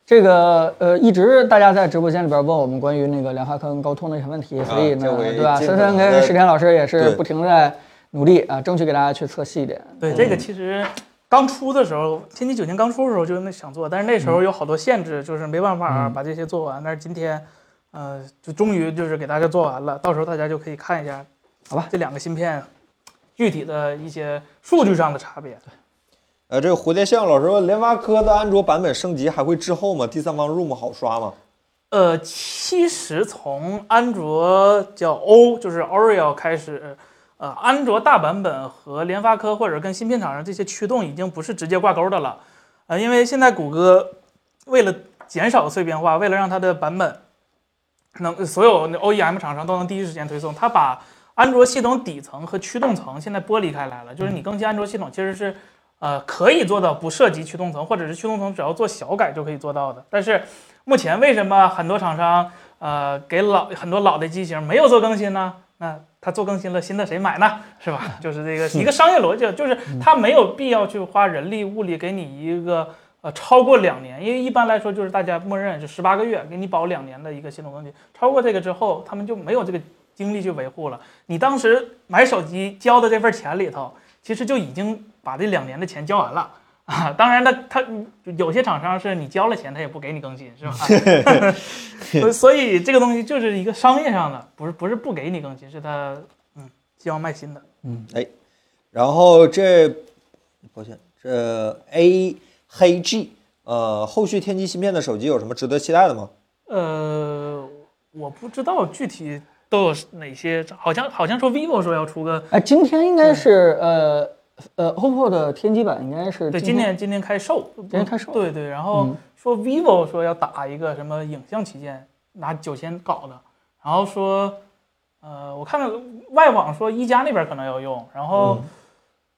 这个呃，一直大家在直播间里边问我们关于那个联发科跟高通的一些问题，所以呢，啊这回对吧？尽森可能森跟地石田老师也是对不停地在努力啊，争取给大家去测细一点。对，这个其实刚出的时候，天玑九零刚出的时候就那想做，但是那时嗯候有好多限制，就是没办法把这些做完。但是今天，呃，就终于就是给大家做完了，到时候大家就可以看一下，好吧，这两个芯片具体的一些数据上的差别。呃，这个蝴蝶象老师问，联发科的安卓版本升级还会滞后吗？第三方 ROM 好刷吗？呃，其实从安卓叫 O，就是 Oreo 开始，呃，安卓大版本和联发科或者跟芯片厂商这些驱动已经不是直接挂钩的了，呃，因为现在谷歌为了减少碎片化，为了让它的版本能所有那 OEM 厂商都能第一时间推送，它把安卓系统底层和驱动层现在剥离开来了，就是你更新安卓系统其实是。呃，可以做到不涉及驱动层，或者是驱动层只要做小改就可以做到的。但是目前为什么很多厂商呃给老很多老的机型没有做更新呢？那他做更新了，新的谁买呢？是吧？就是这个一个商业逻辑，就是他没有必要去花人力物力给你一个呃超过两年，因为一般来说就是大家默认是十八个月给你保两年的一个系统更新，超过这个之后他们就没有这个精力去维护了。你当时买手机交的这份钱里头，其实就已经把这两年的钱交完了。啊， *laughs* 当然呢，他有些厂商是你交了钱，他也不给你更新，是吧？ *laughs* 所以所以这个东西就是一个商业上的，不是不是不给你更新，是他嗯希望卖新的。然后这，抱歉，这 A 黑 G，呃，后续天玑芯片的手机有什么值得期待的吗？呃，我不知道具体都有哪些，好像好像说 vivo 说要出个，哎，今天应该是呃呃，OPPO 的天玑版应该是对，今天年今年开售，今年开售对对，然后嗯说 vivo 说要打一个什么影像旗舰，拿九千搞的，然后说，呃，我看到外网说一加那边可能要用，然嗯后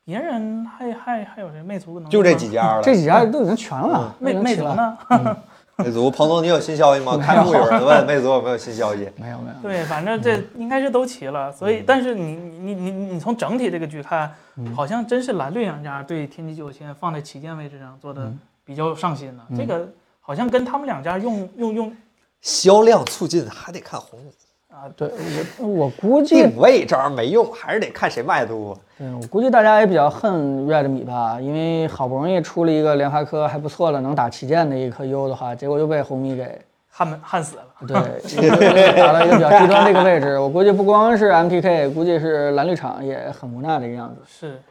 别人还还还有谁魅族可能就这用吗几家了。这几家都已经全了，魅都已魅经族全了？呢？ *laughs* *laughs* 魅族，彭总，你有新消息吗？开幕有人问魅族有没有新消息。没有没有，对，反正嗯这应该是都齐了，所以，但是你你你你你从整体这个局看，嗯好像真是蓝绿两家对天玑九千放在旗舰位置上做嗯的比较上心的，这个好像跟他们两家用用用销量促进还得看红米啊，对我我估计定位，这玩意儿没用，还是得看谁卖的 *laughs* 多。对，我估计大家也比较恨 Redmi 吧，因为好不容易出了一个联发科还不错的能打旗舰的一颗 U 的话，结果又被红米给焊焊死了。 *laughs* 对打到一个比较低端的一个位置。我估计不光是 MPK，估计是蓝绿厂也很无奈的一个样子。是，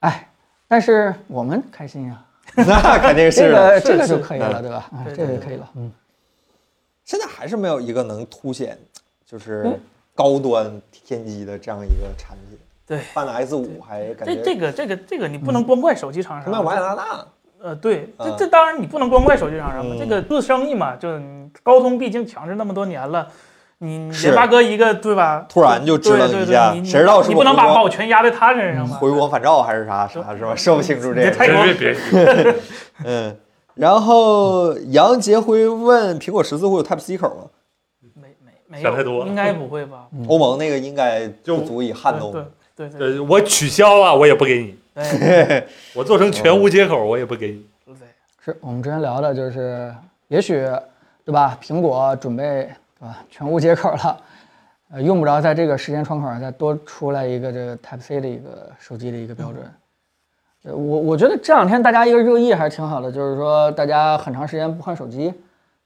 哎，但是我们开心呀、那肯定这是个了。这个是嗯就可以了，对吧？哎，对这个对就可以了。嗯，现在还是没有一个能凸显嗯就是高端天玑的这样一个产品。对办的 S 五还感这觉嗯这个这个这个你不能光怪手机厂商，卖瓦解拉大，呃，对，这嗯这当然你不能光怪手机厂商嘛，嗯这个做生意嘛，就是你高通毕竟强势那么多年了，你是联发科一个对吧？突然就支棱对对一对下你你谁知道是你不不能是把我嗯把我全压在他身上吧？回光返照还是啥啥是嗯吧？说不清楚这别太个。光别别别，嗯，然后杨杰辉问苹果十四会有 Type C 口吗？没没没有，想太多了应该不会吧？嗯欧盟那个应该不足以撼动。对对对对呃，我取消啊，我也不给你，对 *laughs* 我做成全无接口，我也不给你。对是我们之前聊的，就是也许对吧？苹果准备对吧全无接口了。呃，用不着在这个时间窗口上再多出来一个这个 Type C 的一个手机的一个标准。呃，我我觉得这两天大家一个热议还是挺好的，就是说大家很长时间不换手机，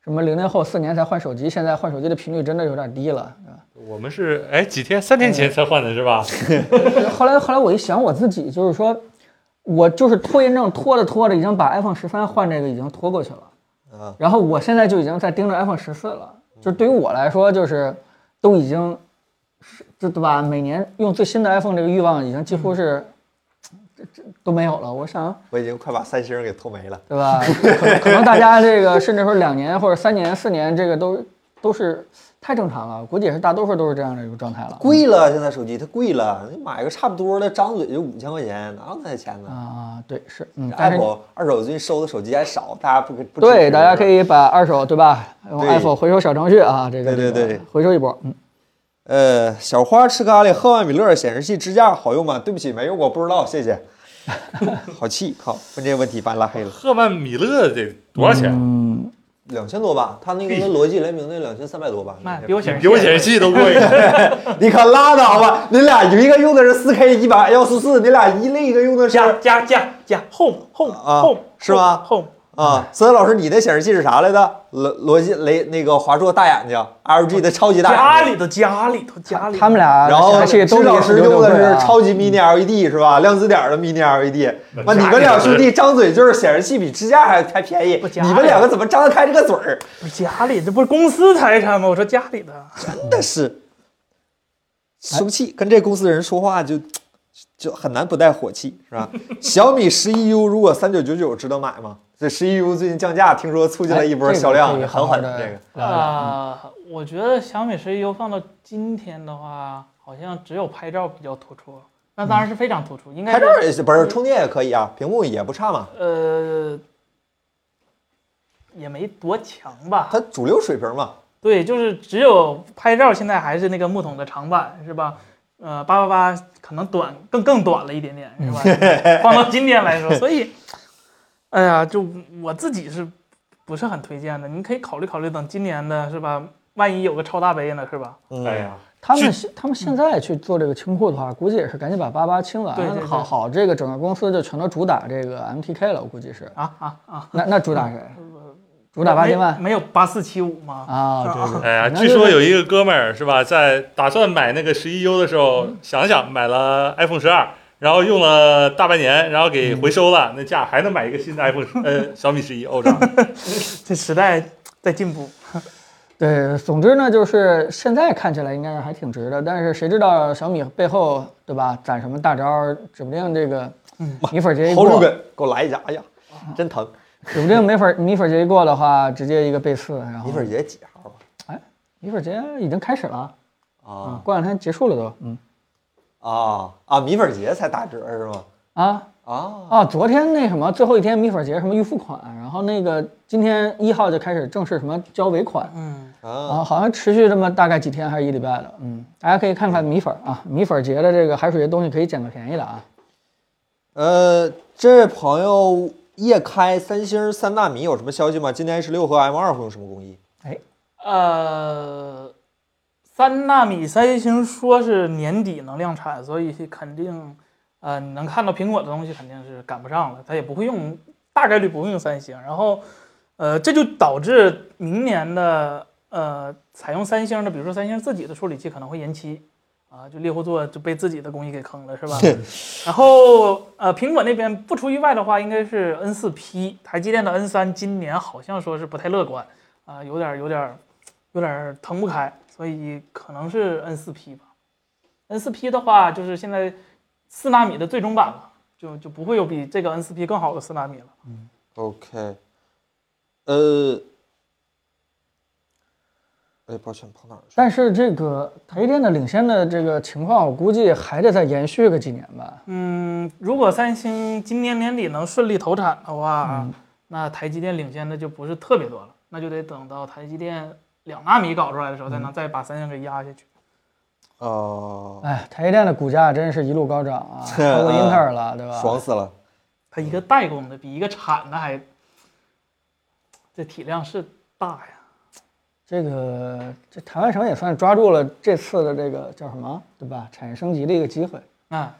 什么零零后四年才换手机，现在换手机的频率真的有点低了。对吧嗯我们是哎几天，三天前才换的是吧？后来后来我一想我自己，就是说，我就是拖延症拖着拖着，已经把 iPhone 十三换这个已经拖过去了。嗯然后我现在就已经在盯着 iPhone 十四了，就是对于我来说，就是都已经是这对吧？每年用最新的 iPhone 这个欲望已经几乎是这这都没有了。我想我已经快把三星给偷没了。对吧？可能可能大家这个甚至说两年或者三年、四年，这个都都是太正常了，估计也是大多数都是这样的一个状态了。贵了，现在手机它贵了，你买个差不多的，张嘴就五千块钱，哪有那钱呢啊，对，是，嗯，但是？Apple 二手最近收的手机还少，大家不可不对，支持大家可以把二手对吧，用对 iPhone 回收小程序啊，这个对对这个对回收一波，嗯，呃，小花吃咖喱，喝完米勒，显示器支架好用吗？对不起，没用过，不知道，谢 *laughs* 谢。好气，靠！问这些问题把你拉黑了，赫曼米勒得多少钱？嗯两千多吧，他那个跟罗技联名那两千三百多吧。卖比我显示比我显示器 *laughs* 都贵。你可拉倒吧，你俩一个用的是四 K 一百幺四四，你俩一另一个用的是加加加加 home home 啊 home 是吗 home 啊。孙岩老师，你的显示器是啥来的？罗罗技雷那个华硕大眼睛，LG 的超级大眼睛。家里头家里头家里头他们俩然后还是支都老离师十六用六的贵是啊超级 mini LED E 是吧？量子点儿的 mini LED。妈，E 你家们里两是兄弟张嘴就是显示器比支架还还便宜不，家你们里两个怎么张得开这个嘴儿？不是家里这不是公司财产吗？我说家里的真的是生气，跟这公司的人说话就就很难不带火气，是吧？小米十一 U 如果三九九九值得买吗？这十一 U 最近降价，听说促进了一波哎这个销量可，以好很好狠。地这个啊、我觉得小米十一 U 放到今天的话，好像只有拍照比较突出，那当然是非常突出，应该拍是照也是，不是充电也可以啊，屏幕也不差嘛。呃也没多强吧。它主流水平嘛，对，就是只有拍照现在还是那个木桶的长板是吧？呃，八八八可能短更更短了一点点是吧？放到今天来说，所以，哎呀，就我自己是不是很推荐的？你可以考虑考虑，等今年的是吧？万一有个超大杯呢是吧？嗯，哎呀，他们现他们现在去做这个清库的话，估计也是赶紧把八八清完，对对对好好这个整个公司就全都主打这个 MTK 了，我估计是。啊啊啊！那那主打谁？主打八千万没没有八四七五吗？啊？对对。哎呀，那就据是说有一个哥们儿是吧，在打算买那个十一 U 的时候，想想买了 iPhone 十二，然后用了大半年，然后给回收了，那价还能买一个新的 iPhone 呃小米十一 Ultra。这时代在进步，对，总之呢，就是现在看起来应该是还挺值的，但是谁知道小米背后对吧攒什么大招儿，指不定这个嗯米粉节一好过主，根，给我来一下，哎呀，真疼！ *laughs* 指不定米粉米粉节一过的话，直接一个背刺，然后一份儿节几号啊？米粉节已经开始了，啊过两天结束了都，嗯啊啊！米粉节才打折是吗？啊，啊，啊，昨天那什么最后一天米粉节什么预付款，然后那个今天一号就开始正式什么交尾款，嗯，啊，啊，好像持续这么大概几天还是一礼拜了，嗯，大家可以看看米粉啊，米粉节的这个海水节东西可以捡个便宜的啊，呃，这位朋友夜开三星三纳米有什么消息吗？今年 A 十六和 M 二会用什么工艺？哎呃，三纳米三星说是年底能量产，所以肯定，呃，你能看到苹果的东西肯定是赶不上了，它也不会用，大概率不会用三星，然后，呃，这就导致明年的呃采用三星的，比如说三星自己的处理器可能会延期。啊，就猎户座就被自己的工艺给坑了，是吧？然后呃，苹果那边不出意外的话，应该是 N 4 P，台积电的 N 3今年好像说是不太乐观，啊、有点儿有点儿有点儿腾不开，所以可能是 N 4 P 吧。N 4 P 的话，就是现在四纳米的最终版了，就就不会有比这个 N 4 P 更好的四纳米了。 OK，呃，哎，抱歉，跑哪儿去了？但是这个台积电的领先的这个情况，我估计还得再延续个几年吧，嗯，如果三星今年年底能顺利投产的话，嗯那台积电领先的就不是特别多了，那就得等到台积电两纳米搞出来的时候，嗯才能再把三星给压下去。啊，哎，台积电的股价真是一路高涨 *laughs* 啊，超过英特尔了，对吧？嗯爽死了！它一个代工的比一个产的还，这体量是大呀。这个这台湾省也算抓住了这次的这个叫什么，对吧？产业升级的一个机会。啊，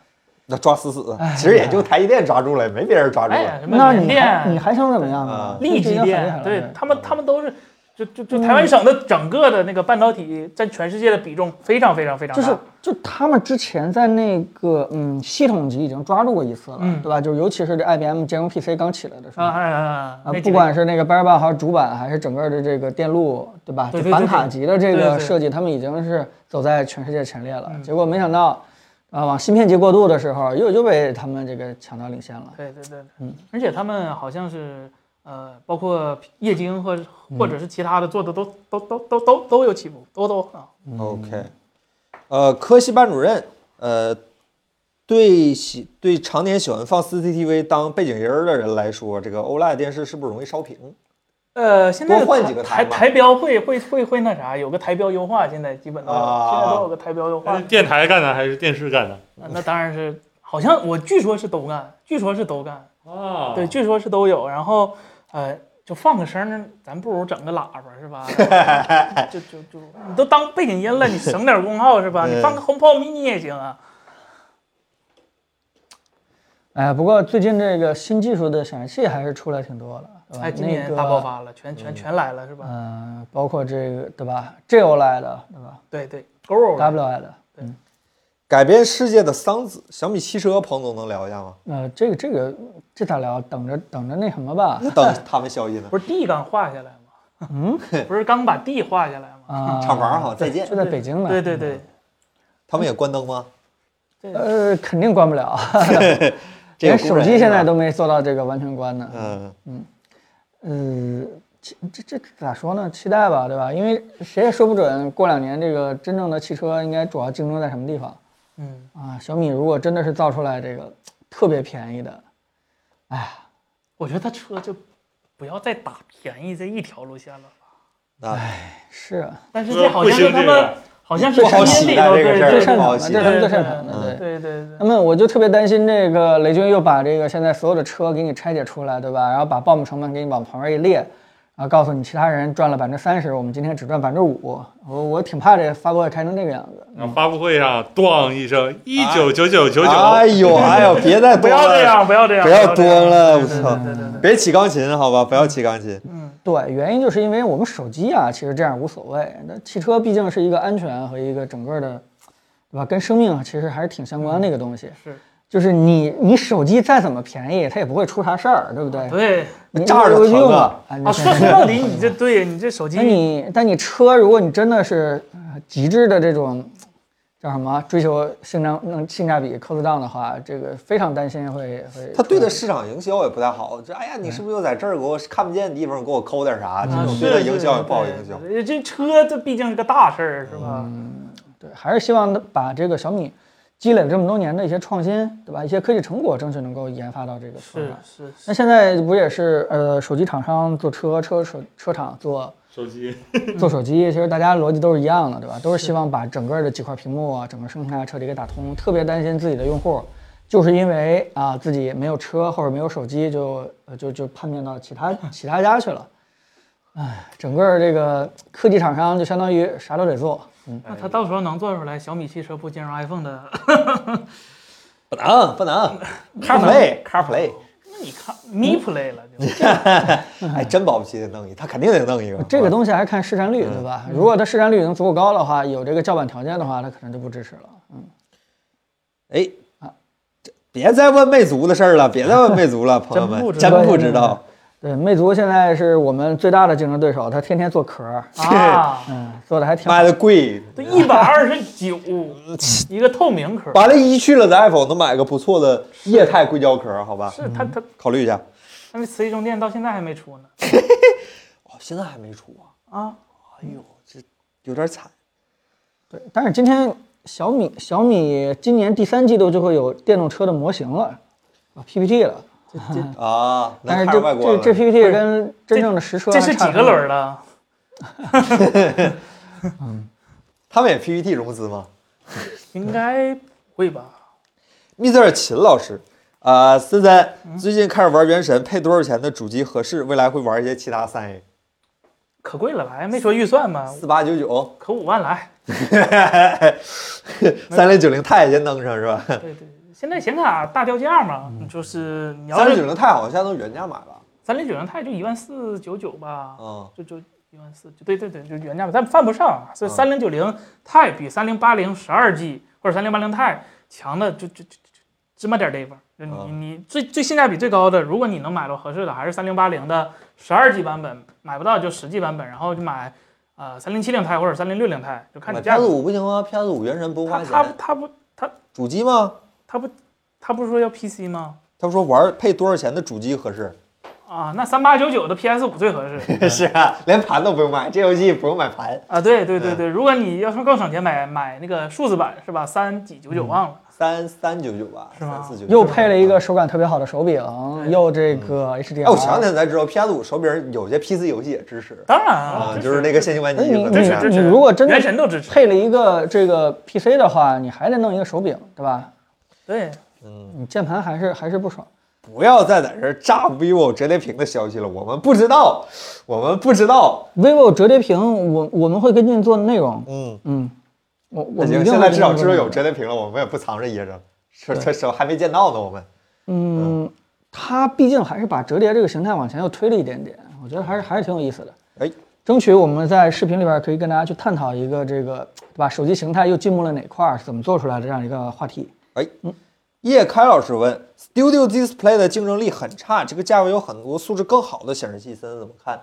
那抓死死的，其实也就台积电抓住了，也没别人抓住哎呀，了。什么那缅你还甸、你还想怎么样啊？嗯利这已基经很厉害店，了嗯对他们，他们都是就就就台湾省的整个的那个半导体占全世界的比重非常非常非常就大，是就他们之前在那个嗯系统级已经抓住过一次了，嗯对吧？就是尤其是这 IBM 兼容 PC 刚起来的时候啊啊啊啊那，不几个管是那个八十八号主板，还是整个的这个电路，对吧？对就对对板卡级的这对对嗯个对设计，他们已经是走在全世界前列了。结果没想到，啊，往芯片级过渡的时候，又又被他们这个抢到领先了。对对对，嗯，而且他们好像是呃，包括液晶或或嗯者是其他的做的都都都都都都有起步，都都啊， OK，呃，科系班主任，呃，对喜对常年喜欢放 4CCTV 当背景音儿的人来说，这个 OLED 电视是不是容易烧屏？呃，现在多换几个台台吧台标会会会会那啥，有个台标优化，现在基本都有，啊哎现在都有个台标优化。电台干的还是电视干的？那那当然是，好像我据说是都干，据说是都干，啊，对，据说是都有。然后呃，就放个声儿，咱不如整个喇叭是吧？就就就你都当背景音了，你省点功耗是吧？你放个 HomePod mini 也行啊。哎，不过最近这个新技术的显示器还是出来挺多的，对吧？哎，今那年个大爆。发了，全全全来了是吧？嗯，包括这个对吧？JOLED 的对吧对对，Go ？WLED 的改变世界的桑子，小米汽车，彭总能聊一下吗？呃，这个这个这咋聊？等着等着那什 *laughs* 么吧。等他们消音呢？不是地刚画下来吗？嗯，不是刚把地画下来吗？啊，厂房好，再见就。在北京呢。对对对，他们也关灯吗？呃，肯定关不了，这连个工手人机是现在吧都没做到这个完全关呢。嗯，嗯，期这这咋说呢？期待吧，对吧？因为谁也说不准过两年这个真正的汽车应该主要竞争在什么地方嗯，啊？小米如果真的是造出来这个特别便宜的，我觉得他车就不要再打便宜这一条路线了吧。那是啊，但是呃这好像不是行他这个们，好像是不好基因期里待头这个对事儿最对擅不好长的，期这待是他们最对擅长的，对。对对对那么我就特别担心这个雷军又把这个现在所有的车给你拆解出来，对吧？然后把 BOM 成本给你往旁边一列，然后告诉你其他人赚了百分之三十，我们今天只赚百分之五。我我挺怕这发布会开成这个样子。然后发布会上咣一声，一九九九九哎九，呦哎呦，别再 *laughs* 不多要了这，样，不要这样，不要多了，我对对操！对对对对，别起钢琴，好吧，不要起钢琴。嗯对，原因就是因为我们手机啊，其实这样无所谓。那汽车毕竟是一个安全和一个整个的，对吧？跟生命啊其实还是挺相关的一个东西。是就是你你手机再怎么便宜，它也不会出啥事儿，对不对？对。你炸着有疼用啊啊！啊啊，说说 *laughs* 到底，你这对你这手机那你但你车，如果你真的是呃极致的这种叫什么追求性能能性价比 cost down 的话，这个非常担心会会。他对的市场营销也不太好，这哎呀，你是不是又在这儿给我看不见的地方给我抠点啥？这啊种是对他营销也是不好对营销。对这车这毕竟是个大事儿，是吧？对，还是希望把这个小米积累了这么多年的一些创新，对吧？一些科技成果，争取能够研发到这个车是上。是是，那现在不也是呃，手机厂商做车，车手车厂做手机做手机，其实大家逻辑都是一样的，对吧？都是希望把整个的几块屏幕啊，整个生态彻底给打通。特别担心自己的用户，就是因为啊自己没有车或者没有手机就，呃就就叛变到其他其他家去了。唉，整个这个科技厂商就相当于啥都得做，嗯那他到时候能做出来小米汽车不兼容 iPhone 的， *laughs* 不能不 *laughs* 能，CarPlay CarPlay，那你看 Mi Play 了 *laughs* 就，哎，真保不齐得弄一，他肯定得弄一个。嗯这个东西还是看市占率，对吧？如果它市占率已经足够高的话，有这个叫板条件的话，它可能就不支持了。哎，啊别再问魅族的事儿了，别再问魅族了， *laughs* 朋友真不们，知道真不知道。对，魅族现在是我们最大的竞争对手，它天天做壳儿，啊，嗯，做的还挺好卖。的贵，都一百二十九一个透明壳，完了，一去了，咱 iPhone 能买个不错的液态硅胶壳，好吧？是它它考虑一下。它那磁集中电到现在还没出呢哦，现在还没出啊，啊，哎呦，这有点惨。对，但是今天小米小米今年第三季度就会有电动车的模型了，啊 PPT 了，啊，能但是看上外国这这了。这 PPT 跟真正的实车 *laughs* 这还是差几得个很轮远儿了？他们也 PPT 融资吗？应该不会吧？密字儿秦老师，啊、森森嗯最近开始玩原神，配多少钱的主机合适？未来会玩一些其他三 A，可贵了哎来，没说预算吧？四八九九， *laughs* 可五万哎来，三零九零钛也先弄上是吧？对对，现在显卡大掉价嘛，就是你要嗯三零九是零钛好像都原价买了，三零九零钛就一万四九九吧，嗯，就就一万四，对对对，就原价吧，但犯不上啊。所以三零九零钛比三零八零十二 G 或者三零八零钛强的就就就就芝麻点儿地方。就你啊你最最性价比最高的，如果你能买到合适的，还是三零八零的十二 G 版本，买不到就十 G 版本，然后就买呃三零七零钛或者三零六零钛，就看你买价 PS 格。五不行吗？PS 五原神不他花他钱，他不主机吗？他不他不是说要 PC 吗？他们说玩儿配多少钱的主机合 *laughs* 适？啊，那三八九九的 PS 五最合适。 *laughs* 是啊，连盘都不用买，这游戏不用买盘，啊，对对对嗯对，如果你要是更省钱买买那个数字版是吧？三几九九忘了，三三九九吧，是吗三四九九。又配了一个手感特别好的手柄，又这个哎，我前两 HDR。天才知道，PS 五手柄有些 PC 游戏也支持当然啊啊，，就是那个线性扳哎机你和支那持啥支你持你如果真的原神都支持，配了一个这个 PC 的话，你还得弄一个手柄，对吧？对，嗯你键盘还是还是不爽。不要再在这儿炸 vivo 折叠屏的消息了，我们不知道，我们不知道。 vivo 折叠屏，我我们会跟进做内容，嗯，嗯，我我那们一行，定现在会跟至进少做知道内有容折叠屏了，我们也不藏着掖着，这这手还没见到呢，我们。嗯，它毕竟还是把折叠这个形态往前又推了一点点，我觉得还是还是挺有意思的。哎，争取我们在视频里边可以跟大家去探讨一个这个，对吧？手机形态又进步了哪块儿，是怎么做出来的这样一个话题。哎，叶开老师问，Studio Display 的竞争力很差，这个价位有很多素质更好的显示器，森森怎么看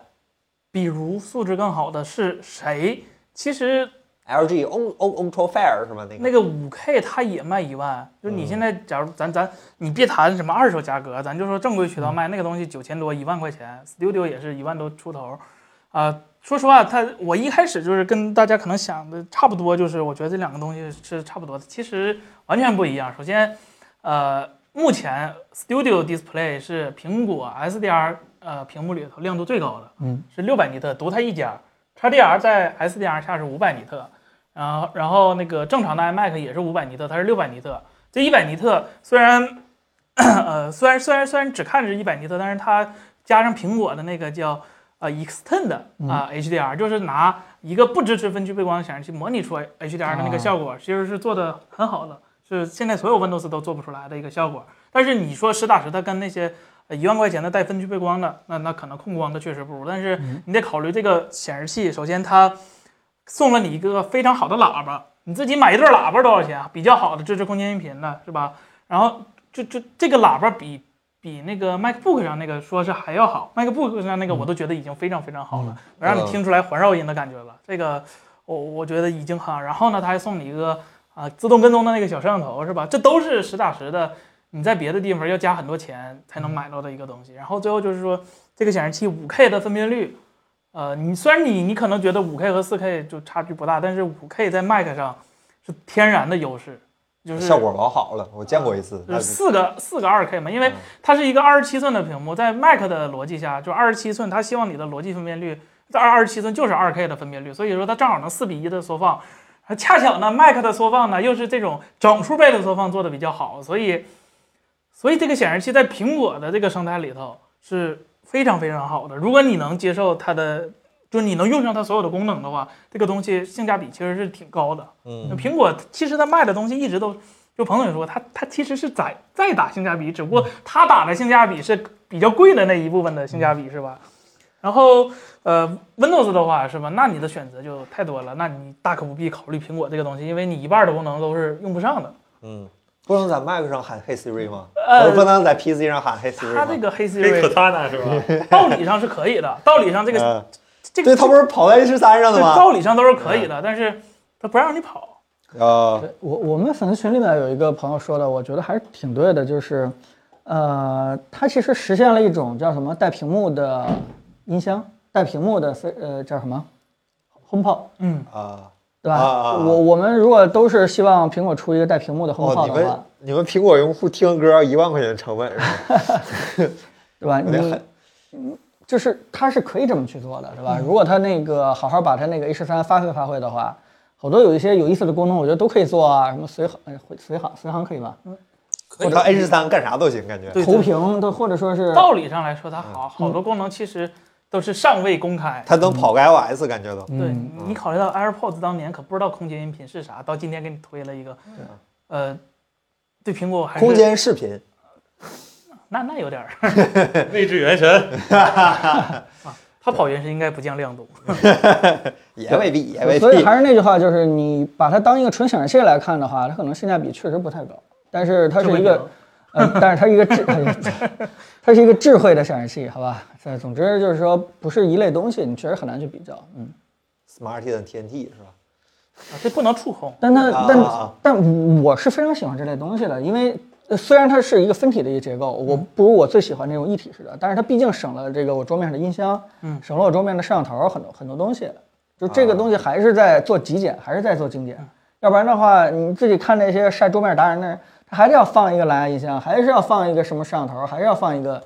比如素质更好的是谁？其实？LG O O Ultra Fire 是吗？那个嗯那个五 K 它也卖一万，就是你现在假如咱咱你别谈什么二手价格，咱就说正规嗯渠道卖那个东西九千多一万块钱，Studio 也是一万多出头，啊、说实话，它我一开始就是跟大家可能想的差不多，就是我觉得这两个东西是差不多的，其实完全不一样。首先，呃，目前 Studio Display 是苹果 SDR 呃屏幕里头亮度最高的，嗯，是六百尼特，独它一家。XDR 在 SDR 下是五百尼特，然后然后那个正常的 iMac 也是五百尼特，它是六百尼特。这一百尼特虽然， *coughs* 呃，虽然虽然虽然只看着一百尼特，但是它加上苹果的那个叫呃 Extend 啊、HDR，就是拿一个不支持分区背光的显示器模拟出 HDR 的那个啊效果，其实是做的很好的，是现在所有 Windows 都做不出来的一个效果。但是你说实打实的跟那些呃一万块钱的带分区背光的，那那可能控光的确实不如，但是你得考虑这个显示器，首先它送了你一个非常好的喇叭，你自己买一对喇叭多少钱啊？比较好的支持空间音频的是吧？然后这这这个喇叭比比那个 MacBook 上那个说是还要好，MacBook 上那个我都觉得已经非常非常好了，能让你听出来环绕音的感觉了。这个我我觉得已经很好。然后呢，他还送你一个啊、自动跟踪的那个小摄像头是吧？这都是实打实的，你在别的地方要加很多钱才能买到的一个东西。然后最后就是说，这个显示器五 K 的分辨率，呃，你虽然你你可能觉得五 K 和四 K 就差距不大，但是五 K 在 Mac 上是天然的优势，就是效果老好了，我见过一次。就那是呃四个四个二 K 嘛，因为它是一个二十七寸的屏幕，在 Mac 的逻辑下，就二十七寸，它希望你的逻辑分辨率在二二十七寸就是二 K 的分辨率，所以说它正好能四比一的缩放。而恰巧呢，Mac 的缩放呢又是这种整数倍的缩放做的比较好，所以所以这个显示器在苹果的这个生态里头是非常非常好的。如果你能接受它的，就是你能用上它所有的功能的话，这个东西性价比其实是挺高的。嗯那苹果其实它卖的东西一直都，就彭总也说，它它其实是在在打性价比，只不嗯过它打的性价比是比较贵的那一部分的性价嗯比，是吧？然后呃，Windows 的话是吧？那你的选择就太多了，那你大可不必考虑苹果这个东西，因为你一半的功能都是用不上的。嗯，不能在 Mac 上喊 Hey Siri 吗？呃不能在 PC 上喊 Hey Siri 吗？它这个黑这可 Siri 他呢是吧？道理上是可以的，道理上这个、嗯这个对，它不是跑在 A 十三上的对吗？嗯道理上都是可以的，但是它不让你跑。呃，对我我们粉丝群里面有一个朋友说的，我觉得还是挺对的，就是，呃，它其实实现了一种叫什么带屏幕的音箱，带屏幕的非呃叫什么，HomePod，嗯，啊，对吧？啊啊啊我我们如果都是希望苹果出一个带屏幕的哦， HomePod 你的话，们你们苹果用户听歌要一万块钱成本是吧？对吧？有点你嗯狠就是它是可以这么去做的，对吧？如果它那个好好把它那个 A 十三发挥发挥的话，好多有一些有意思的功能，我觉得都可以做啊，什么随行、呃随行、随行可以吧？我到 A 十三干啥都行，感觉。对投屏都或者说是道理上来说，它嗯好好多功能其实都是尚未公开。它能跑个 iOS，感觉都。嗯对你考虑到 AirPods 当年可不知道空间音频是啥，到今天给你推了一个，呃，对苹果还是空间视频，那那有点儿，内置原神，它跑原神应该不降亮度。也未必，也未所以必。还是那句话，就是你把它当一个纯显示器来看的话，它可能性价比确实不太高，但是它智 *laughs* 是慧一屏个，呃，但是它是一个智， *laughs* 哎呀它是一个智慧的显示器，好吧？呃总之就是说不是一类东西，你确实很难去比较，嗯。 Smart 的 TNT 是吧？啊这不能触控，但它啊但啊啊但我是非常喜欢这类东西的，因为呃虽然它是一个分体的一个结构，我不如我最喜欢这种一体式的，但是它毕竟省了这个我桌面上的音箱，嗯省了我桌面的摄像头很多很多东西，就这个东西还是在做极简，还是在做精简，要不然的话你自己看那些晒桌面达人那儿，他还是要放一个蓝牙音箱，还是要放一个什么摄像头，还是要放一个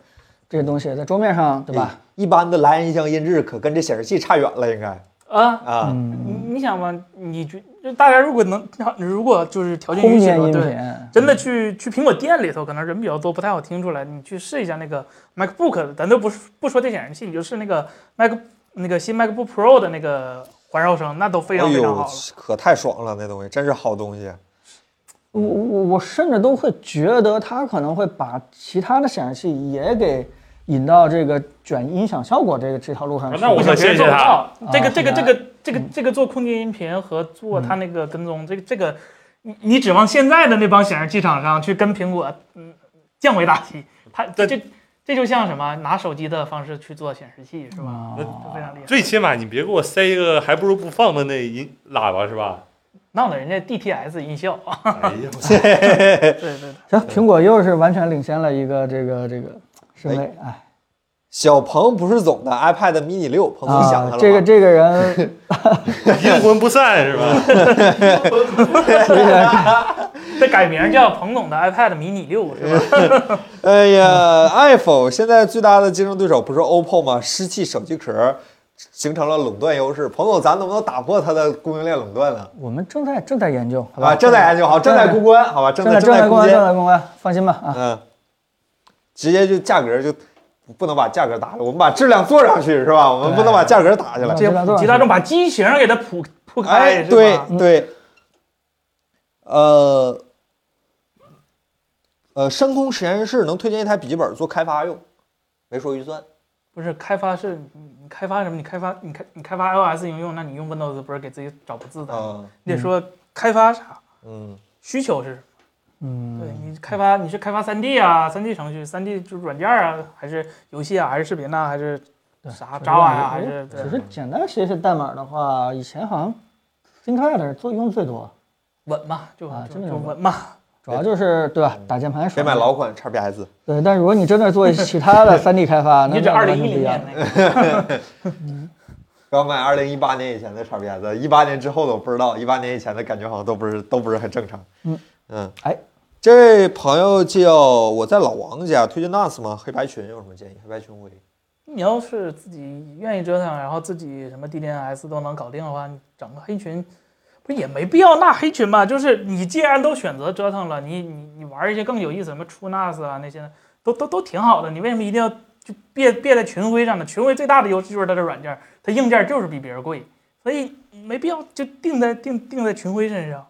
这个东西在桌面上，对吧？一般的蓝牙音箱音质可跟这显示器差远了，应该嗯啊，啊。你你想嘛，你觉就大家如果能，如果哎就是条件空允许间音了，频对，，嗯真的去去苹果店里头，可能人比较多，不太好听出来。你去试一下那个 MacBook，咱都不是不说这显示器，你就试那个 Mac 那个新 MacBook Pro 的那个环绕声，那都非哎常非常好呦了。，可太爽了，那东西真是好东西。我我我甚至都会觉得它可能会把其他的显示器也给引到这个卷音响效果这个这条路上去。那我啊想可别人谢谢做不他到。这个啊这个这很个这个这个做空间音频和做它那个跟踪，这个这个你你指望现在的那帮显示器厂商去跟苹果嗯降维打击，它这这这就像什么拿手机的方式去做显示器是吧？啊那就非常厉害。最起码你别给我塞一个还不如不放的那音喇叭是吧？闹得人家 DTS 音效啊！哎呀， *laughs* 对 *laughs* 对对，行，苹果又是完全领先了一个这个这个身位，哎，小鹏不是总的 iPad mini 六，鹏总想它了啊吗、，这个这个 *laughs* 人阴魂不散是吧？有点这改名叫彭总的 iPad mini 六是吧？哎呀，iPhone 现在最大的竞争对手不是 OPPO 吗？湿气手机壳形成了垄断优势。彭总，咱能不能打破它的供应链垄断呢？我们正在正在研究，好好吧？吧，啊正在研究，好，正在攻关，好吧，正在在正在在公关，攻正坚，在公关，放心吧啊。 *laughs* 嗯，直接就价格就不能把价格打了，我们把质量做上去是吧？我们不能把价格打下来。对这集大众把机型给它铺铺开哎，是吧？对对，呃，呃，深空实验室能推荐一台笔记本做开发用，没说预算。不是开发是，你你开发什么？你开发你开你开发 iOS 应用，那你用 Windows 不是给自己找不自在？嗯你得说开发啥，嗯，需求是什么？嗯，对你开发你是开发 3D 啊，3D 程序、3D 就是软件啊，还是游戏啊，还是视频呐、还是啥 Java 呀、啊还是对哎只是简单写写代码的话，以前好像 ThinkPad 做用最多，稳嘛？就啊就真的就有稳嘛。主要就是对吧？打键盘嗯别爽。买老款 XPS。对，但如果你真的做其他 *laughs* 的 3D 开发，那你这那二完全零一不零一样年那个。不要买二零一八年以前的 XPS，一八年之后的我不知道，一八年以前的感觉好像都不是都不是很正常。嗯嗯，哎，这位朋友叫我在老王家推荐 NAS 吗？黑白群有什么建议？黑白群我也你要是自己愿意折腾，然后自己什么 DNS 都能搞定的话，你整个黑群，不是也没必要纳黑群吧？就是你既然都选择折腾了，你你你玩一些更有意思，什么出 NAS 啊那些，都都都挺好的。你为什么一定要就别别在群晖上呢？群晖最大的优势就是它的软件，它硬件就是比别人贵，所以没必要就定在定定在群晖身上。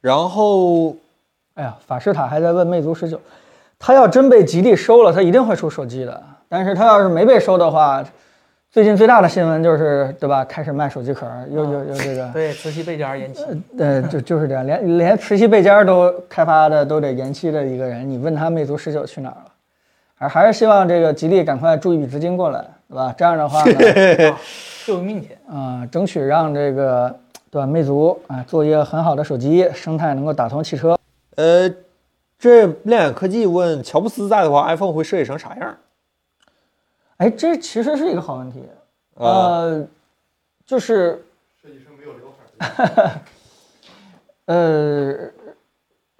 然后哎呀，法师塔还在问魅族十九，他要真被吉利收了，他一定会出手机的。但是他要是没被收的话，最近最大的新闻就是对吧？开始卖手机壳，又又又这个，对，磁吸贝加延期，呃，就就是这样，连连磁吸贝加都开发的都得延期的一个人，你问他魅族十九去哪儿了？还还是希望这个吉利赶快注一笔资金过来，对吧？这样 *laughs* 的话呢。啊救命钱！啊、争取让这个对吧，魅族啊、做一个很好的手机生态，能够打通汽车。呃，这亮眼科技问乔布斯在的话，iPhone 会设计成啥样？哎，这其实是一个好问题。啊呃，就是设计师没有刘海。 *laughs* 呃，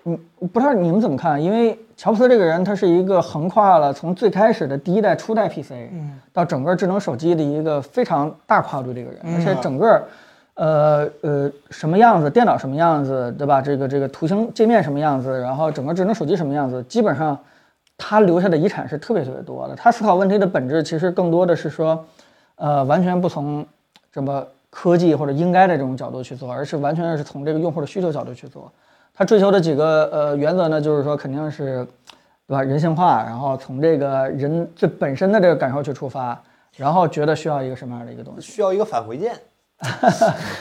嗯，不知道你们怎么看？因为乔布斯这个人，他是一个横跨了从最开始的第一代初代 PC，嗯，到整个智能手机的一个非常大跨度的一个人，嗯而且整个，呃呃什么样子，电脑什么样子，对吧？这个这个图形界面什么样子，然后整个智能手机什么样子，基本上他留下的遗产是特别特别多的。他思考问题的本质其实更多的是说，呃，完全不从这么科技或者应该的这种角度去做，而是完全是从这个用户的需求角度去做。他追求的几个呃原则呢，就是说肯定是对吧？人性化，然后从这个人最本身的这个感受去出发，然后觉得需要一个什么样的一个东西？需要一个返回键，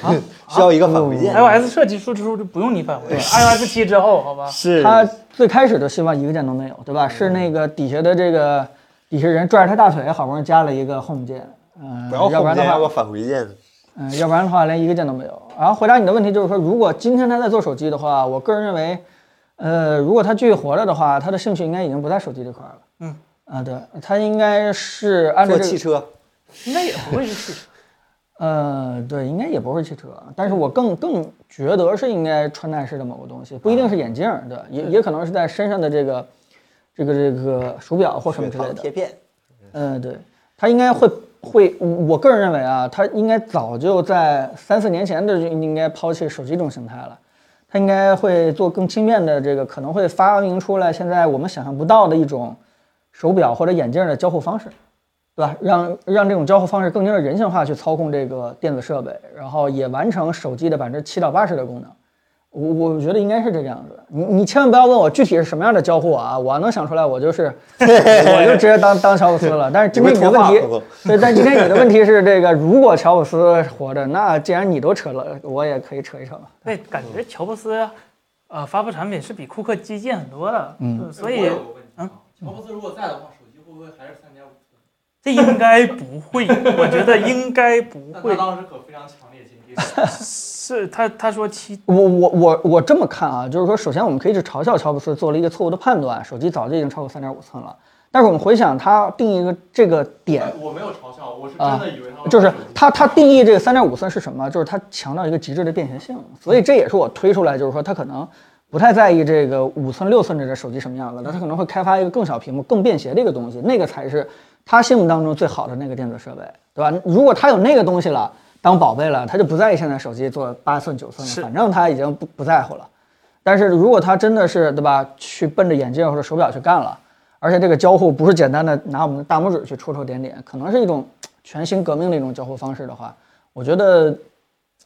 啊 *laughs* 需要一个返回哦键。哎 iOS 设计输出就不用你返回了，iOS 七之后，好吧？是嗯他最开始就希望一个键都没有，对吧？是那个底下的这个底下人拽着他大腿，好不容易加了一个 home 键，嗯、不要要后不然的键，啊要话个返回键。嗯，要不然的话连一个键都没有。然后回答你的问题就是说，如果今天他在做手机的话，我个人认为，呃，如果他继续活着的话，他的兴趣应该已经不在手机这块了。嗯，啊，对，他应该是按照做这汽个，车，应该也不会是，呃，对，应该也不是汽车，但是我更更觉得是应该穿戴式的某个东西，不一定是眼镜，对，也也可能是在身上的这个这个这个手表或什么血之类糖的贴。片。嗯，对，他应该会会，我个人认为啊，他应该早就在三四年前的就应该抛弃手机这种形态了，他应该会做更轻便的这个，可能会发明出来现在我们想象不到的一种手表或者眼镜的交互方式，对吧？让让这种交互方式更加的人性化去操控这个电子设备，然后也完成手机的百分之七到八十的功能。我我觉得应该是这个样子的，你你千万不要问我具体是什么样的交互啊！我要能想出来，我就是 *laughs* 我就直接当当乔布斯了。但是今天你的问你会脱发题吗，对，但今天你的问题是这个，如果乔布斯活着，那既然你都扯了，我也可以扯一扯嘛。对，感觉乔布斯，呃，发布产品是比库克激进很多的，嗯，所哎我以有个问题啊，乔布斯如果在的话，手机会不会还是三点五寸？这应该不会，我觉得应该不但会他，当时可非常强 *laughs* 烈警惕。是他他说七，我我我我这么看啊，就是说，首先我们可以去嘲笑乔布斯做了一个错误的判断，手机早就已经超过三点五寸了。但是我们回想他定义一个这个点，我没有嘲笑，我是啊真的以为他会就是手机他他定义这个三点五寸是什么？就是他强调一个极致的便携性，所以这也是我推出来，就是说他可能不太在意这个五寸六寸这个手机什么样子，那他可能会开发一个更小屏幕、更便携的一个东西，那个才是他心目当中最好的那个电子设备，对吧？如果他有那个东西了，当宝贝了，他就不在意现在手机做八寸九寸是了，反正他已经不不在乎了。但是如果他真的是对吧，去奔着眼镜或者手表去干了，而且这个交互不是简单的拿我们的大拇指去戳戳点点，可能是一种全新革命的一种交互方式的话，我觉得，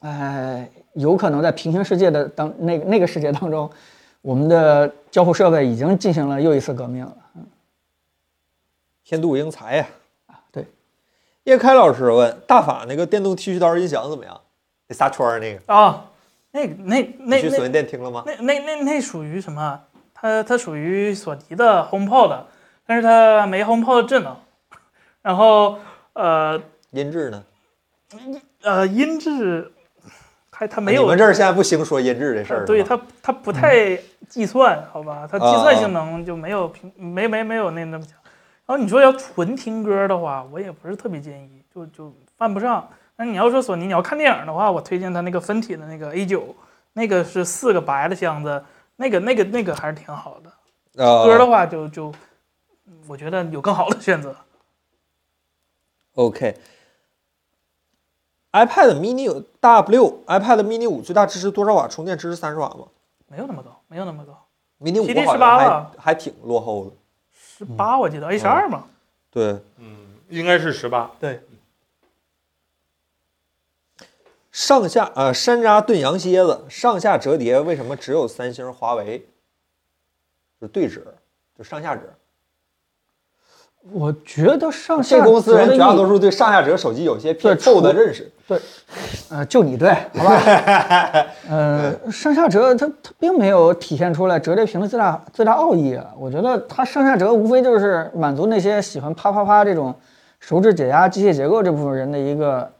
哎，有可能在平行世界的当那个那个世界当中，我们的交互设备已经进行了又一次革命了。天妒英才呀、啊对，叶开老师问大法那个电动剃须刀音响怎么样？那仨圈儿那个，啊，那那那你去那索尼店听了吗？那那那那属于什么？它它属于索尼的 HomePod，但是它没 HomePod 智能。 *laughs* 然后呃音质呢？呃音质，还它啊没你有、们这儿现在不兴说音质这事儿、呃对，它它不太计算，好吧？它计算啊性能就没有平、没没没有那那么强。然后你说要纯听歌的话，我也不是特别建议，就就犯不上。那你要说索尼，你要看电影的话，我推荐它那个分体的那个 A 九，那个是四个白的箱子，那个那个那个还是挺好的。啊呃，歌的话就就，嗯我觉得有更好的选择。 OK。iPad mini 有大 blue，iPad mini 五最大支持多少瓦？充电支持三十瓦吗没有那么高，没有那么高， ？mini 7D 五好18瓦像还还挺落后的。十嗯八我记得 H 二嘛。对，嗯，应该是十八。上下呃山楂炖羊蝎子，上下折叠为什么只有三星、华为？就对折，就上下折。我觉得上下这公司人折绝的大意多数对上下折手机有些偏对错误的除认识。对，呃，就你对，好吧？呃，上下折它它并没有体现出来折叠屏的最大最大奥义啊。我觉得它上下折无非就是满足那些喜欢啪啪啪这种手指解压、机械结构这部分人的一个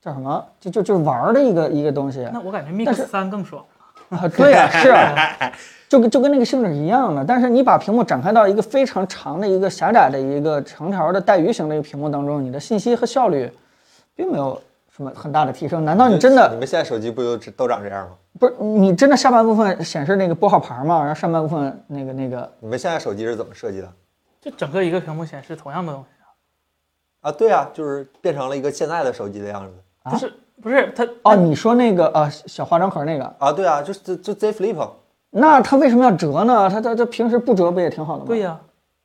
叫什么？就就就玩儿的一个一个东西。那我感觉嗯但 Mix 是三更爽。啊，对呀、是啊，就跟就跟那个性质一样的。但是你把屏幕展开到一个非常长的一个狭窄的一个长条的带鱼形的一个屏幕当中，你的信息和效率并没有什么很大的提升。难道你真你的们现在手机不就只都长这样吗？不是你真的下半部分显示那个拨号牌吗？然后上半部分那个那个你们现在手机是怎么设计的？就整个一个屏幕显示同样的东西，啊，对啊，就是变成了一个现在的手机的样子。不是不是它啊哦，你说那个啊小化妆盒那个，啊，对啊，就是就就 Z Flip 那它为什么要折呢？它它它平时不折不也挺好的吗？对、呀，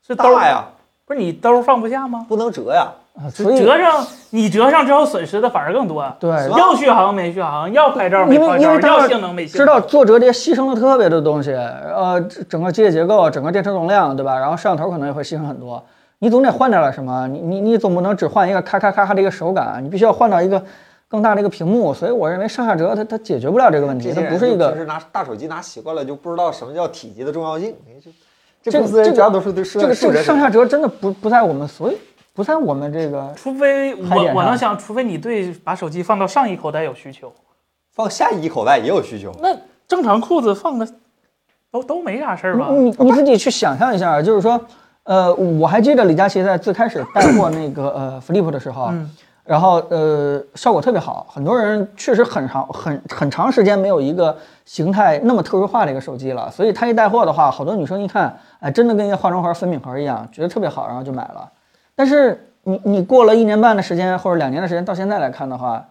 是兜大，呀，不是你兜放不下吗？不能折呀。啊，所以折上你折上之后损失的反而更多。啊对要续航没续航，要拍照没因为拍因照，为要当性能没时性知能。道做折叠牺牲了特别多东西，呃，整整个机械结构、整个电池容量，对吧？然后摄像头可能也会牺牲很多。你总得换掉点什么，你你你总不能只换一个咔咔咔咔的一个手感，你必须要换到一个更大的一个屏幕。所以我认为上下折它它解决不了这个问题，这它些不人是一就个平时拿大手机拿习惯了，就不知道什么叫体积的重要性。你这这这个公司人这个绝大多数都是这个这数个学上下折真的不不在我们所有不在我们这个除非还我点我上能想，除非你对把手机放到上一口袋有需求，放下一口袋也有需求。那正常裤子放个都都没啥事儿吧？你你自己去想象一下，啊就是说，呃，我还记得李佳琦在最开始带货那个呃 Flip 的时候，嗯然后呃效果特别好，很多人确实很长很很长时间没有一个形态那么特殊化的一个手机了，所以他一带货的话，好多女生一看，哎，真的跟一个化妆盒粉饼盒一样，觉得特别好，然后就买了。但是你你过了一年半的时间或者两年的时间，到现在来看的话，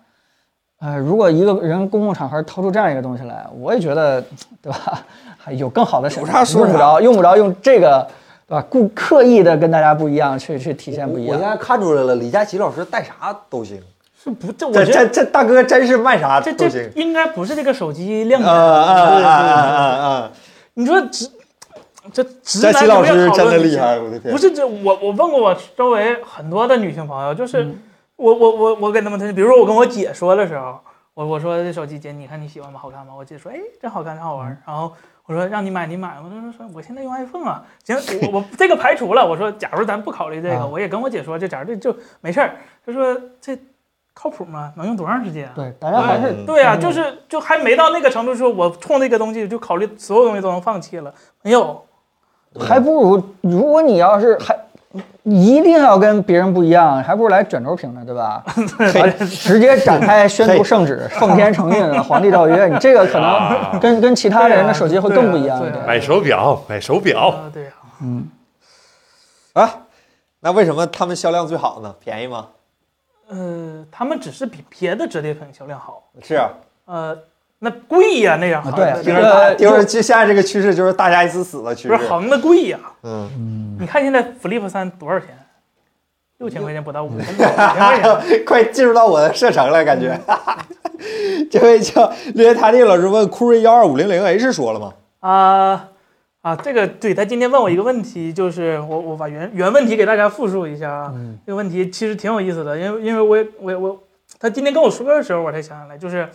呃，如果一个人公共场合掏出这样一个东西来，我也觉得，对吧？ *laughs* 还有更好的选择，有啥说啥用不着，用不着用这个，对吧？故刻意的跟大家不一样，去去体现不一我现样。在看出来了，李佳琦老师带啥都行。是不这我这觉这得这大哥真是卖啥这都行。这应该不是这个手机亮啊点。啊对啊对对啊啊！你说直这直佳男琦老有没师有讨真论的的厉性害，我的天！不是这我我问过我周围很多的女性朋友，就是嗯我我我我给他们推荐，比如说我跟我姐说的时候，我我说这手机姐你看你喜欢吗？好看吗？我姐说哎真好看真好玩嗯儿，然后我说让你买你买吗，我就说我现在用 iPhone 啊，行我我这个排除了，我说假如咱不考虑这个，啊我也跟我姐说这假如这就没事儿，她说这靠谱吗？能用多长时间啊？对，大家还是嗯对呀、啊就嗯是就还没到那个程度，说我冲这个东西就考虑所有东西都能放弃了，没有，还不如，如果你要是还一定要跟别人不一样，还不如来卷轴屏呢， *laughs* 对吧？啊直接展开宣读圣旨，奉天承运，皇帝诏曰，你这个可能啊跟跟其他的人的手机会更不一样一对啊对啊点。对啊买手表，买手哦表，啊，对呀、啊，那为什么他们销量最好呢？便宜吗？呃，他们只是比别的折叠屏销量好，是啊，呃，那贵呀、那样啊好，对那听着这个大，就听着，就现在这个趋势就是大家一起死的趋不是势。行的贵呀、嗯，你看现在 Flip 三多少钱？六千块钱不到，五千 *laughs* 五千块钱。快进入到我的射程了，感觉。嗯 *laughs* 这位叫列塔利老师问酷睿幺二五零零 H 说了吗？啊啊，这个对他今天问我一个问题，就是我我把原原问题给大家复述一下啊。嗯这个问题其实挺有意思的，因为因为我也我也我他今天跟我说的时候，我才想起来，就是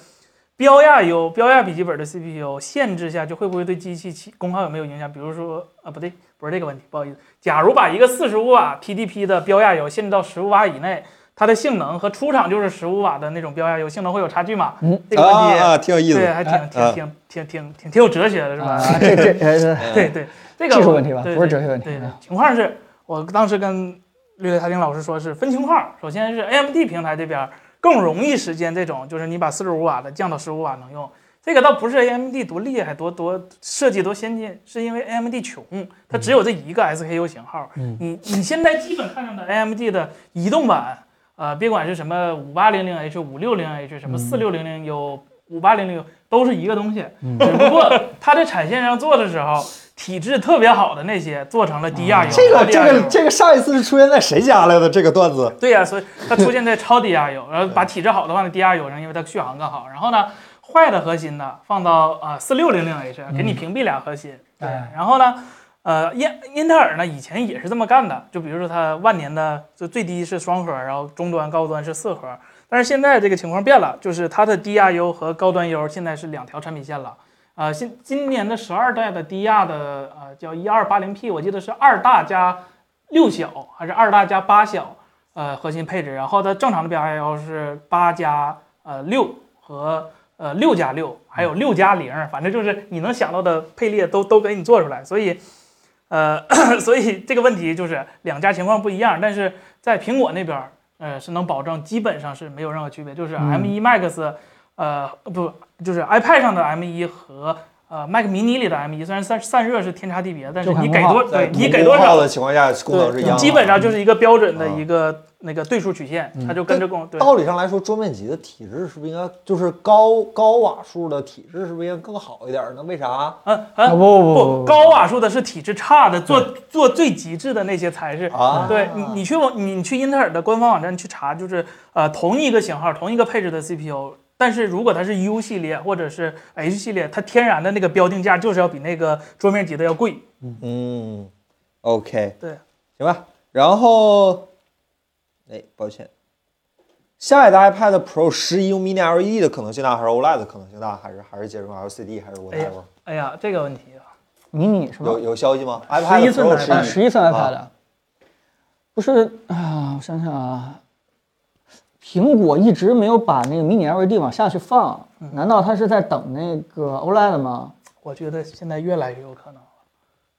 标亚有标亚笔记本的 CPU 限制下，就会不会对机器起功耗有没有影响？比如说啊，不对，不是这个问题，不好意思。假如把一个四十五瓦 PDP 的标亚油限制到十五瓦以内，它的性能和出厂就是十五瓦的那种标亚油性能会有差距吗？嗯这个问啊题。啊，挺有意思对，。还挺啊挺挺挺挺挺挺有哲学的，是吧？啊，这这 *laughs* 呃嗯对对，这个技术问题吧对不是哲学问题对对嗯情况是我当时跟绿雷塔丁老师说，是分情况。首先是 AMD 平台这边儿更容易实现这种，就是你把四十五瓦的降到十五瓦能用。这个倒不是 AMD 多厉害，多多设计多先进，是因为 AMD 穷，它只有这一个 SKU 型号。嗯你你现在基本看上的 AMD 的移动版，呃，别管是什么五八零零 H、五六零 H、什么四六零零 U、五八零零 U，都是一个东西。只不过它在产线上做的时候，体质特别好的那些做成了低压油。这个高低这压油个这个上一次是出现在谁家来的这个段子？对呀、所以它出现在超低压油，然后把体质好的放在低压油上，因为它续航更好。然后呢，坏的核心呢放到啊四六零零 H，给你屏蔽俩核心。对哎，然后呢，呃，英英特尔呢以前也是这么干的，就比如说它万年的就最低是双核，然后中端、高端是四核。但是现在这个情况变了，就是它的低压优和高端优现在是两条产品线了。啊，现今年的十二代的低压的呃叫一二八零 P，我记得是二大加六小还是二大加八小，呃核心配置，然后它正常的标还要是八加呃六和呃六加六，还有六加零，反正就是你能想到的配列都都给你做出来，所以。呃， *clears throat* 所以这个问题就是两家情况不一样，但是在苹果那边儿，呃，是能保证基本上是没有任何区别，就是嗯 M1 Max，、呃，不，就是 iPad 上的 M1 和呃 Mac Mini 里的 M1，虽然散散热是天差地别，但是就很你不给好多对你给同多功耗少的情况下，功能是一样的。基本上就是一个标准的嗯一个那个对数曲线，它就跟着共对。道理上来说，桌面级的体质是不是应该就是高高瓦数的体质是不是应该更好一点呢？为啥？嗯啊嗯， *laughs* 不不不，高瓦数的是体质差的，做做最极致的那些才是啊对你，嗯你去网，你你去英特尔的官方网站去查，就是呃，同一个型号、同一个配置的 CPU，但是如果它是 U 系列或者是 H 系列，它天然的那个标定价就是要比那个桌面级的要贵。嗯，OK，对，行吧。然后，哎，抱歉，下一代 iPad Pro 十一用 Mini LED 的可能性大，还是 OLED 的可能性大，还是还是接受 LCD，还是哎呀 whatever？、哎呀，这个问题啊，迷你是吧有？有消息吗11 ？iPad 寸的 Pro 啊， iPad，十十一寸 iPad，、啊不是啊？我想想啊，苹果一直没有把那个迷你 LED 往下去放，难道它是在等那个 OLED 吗？我觉得现在越来越有可能了，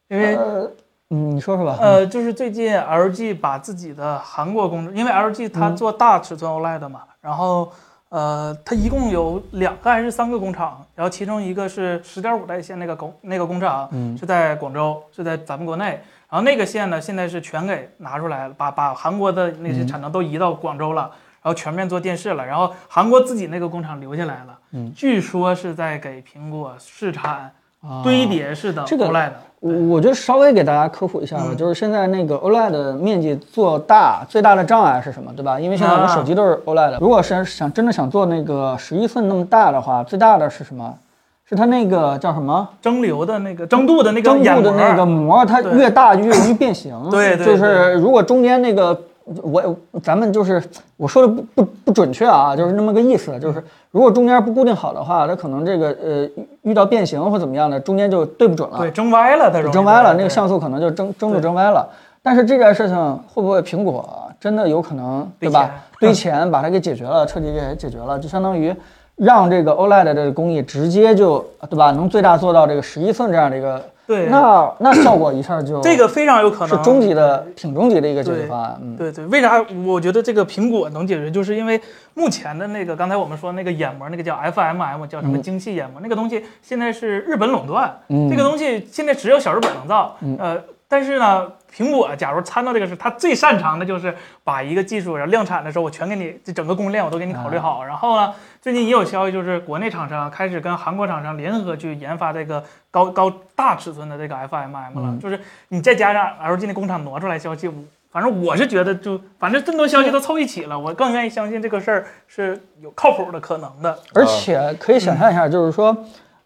因为呃，嗯，你说说吧。呃，就是最近 LG 把自己的韩国工程，因为嗯 LG 它做大尺寸 OLED 嘛，然后呃，它一共有两个还是三个工厂，然后其中一个是十点五代线那个工那个工厂，嗯是在广州，是在咱们国内，然后那个线呢，现在是全给拿出来了，把把韩国的那嗯些产能都移到广州了。然后全面做电视了，然后韩国自己那个工厂留下来了，嗯据说是在给苹果试产堆叠式的啊 E 这个 OLED，、我我就稍微给大家科普一下嗯吧，就是现在那个 OLED 的面积做大，最大的障碍是什么，对吧？因为现在我们啊手机都是 OLED 的，如果是想真的想做那个十一寸那么大的话，最大的是什么？是它那个叫什么？蒸馏的那个蒸镀的那个蒸眼镀膜的那个膜，它对。越大越容易变形对对就是如果中间那个。我咱们就是我说的不不不准确啊，就是那么个意思，就是如果中间不固定好的话，它可能这个呃遇到变形或怎么样的，中间就对不准了。对，蒸歪了，它容易蒸歪了，对那个像素可能就蒸蒸就蒸歪了。但是这件事情会不会苹果真的有可能堆对钱吧？堆钱把它给解决了，彻底给解决了，就相当于让这个 OLED 的这个工艺直接就对吧，能最大做到这个十一寸这样的一个，对那那效果一下就这个非常有可是能终极的挺终极的一个解对决方案，嗯。对对，为啥我觉得这个苹果能解决，就是因为目前的那个刚才我们说那个眼膜，那个叫 FMM，叫什嗯么精细眼膜，那个东西现在是日本垄断，这个东西现在只有小日本能造，嗯呃，但是呢，苹果假如参到这个事，它最擅长的就是把一个技术，然后量产的时候，我全给你这整个供应链我都给你考虑好。嗯然后呢，最近也有消息，就是国内厂商开始跟韩国厂商联合去研发这个高高大尺寸的这个 FMM 嗯了，就是你再加上 LG 那工厂挪出来消息，我反正我是觉得就反正这么多消息都凑一起嗯了，我更愿意相信这个事儿是有靠谱的可能的。而且可以想象一下，就是说，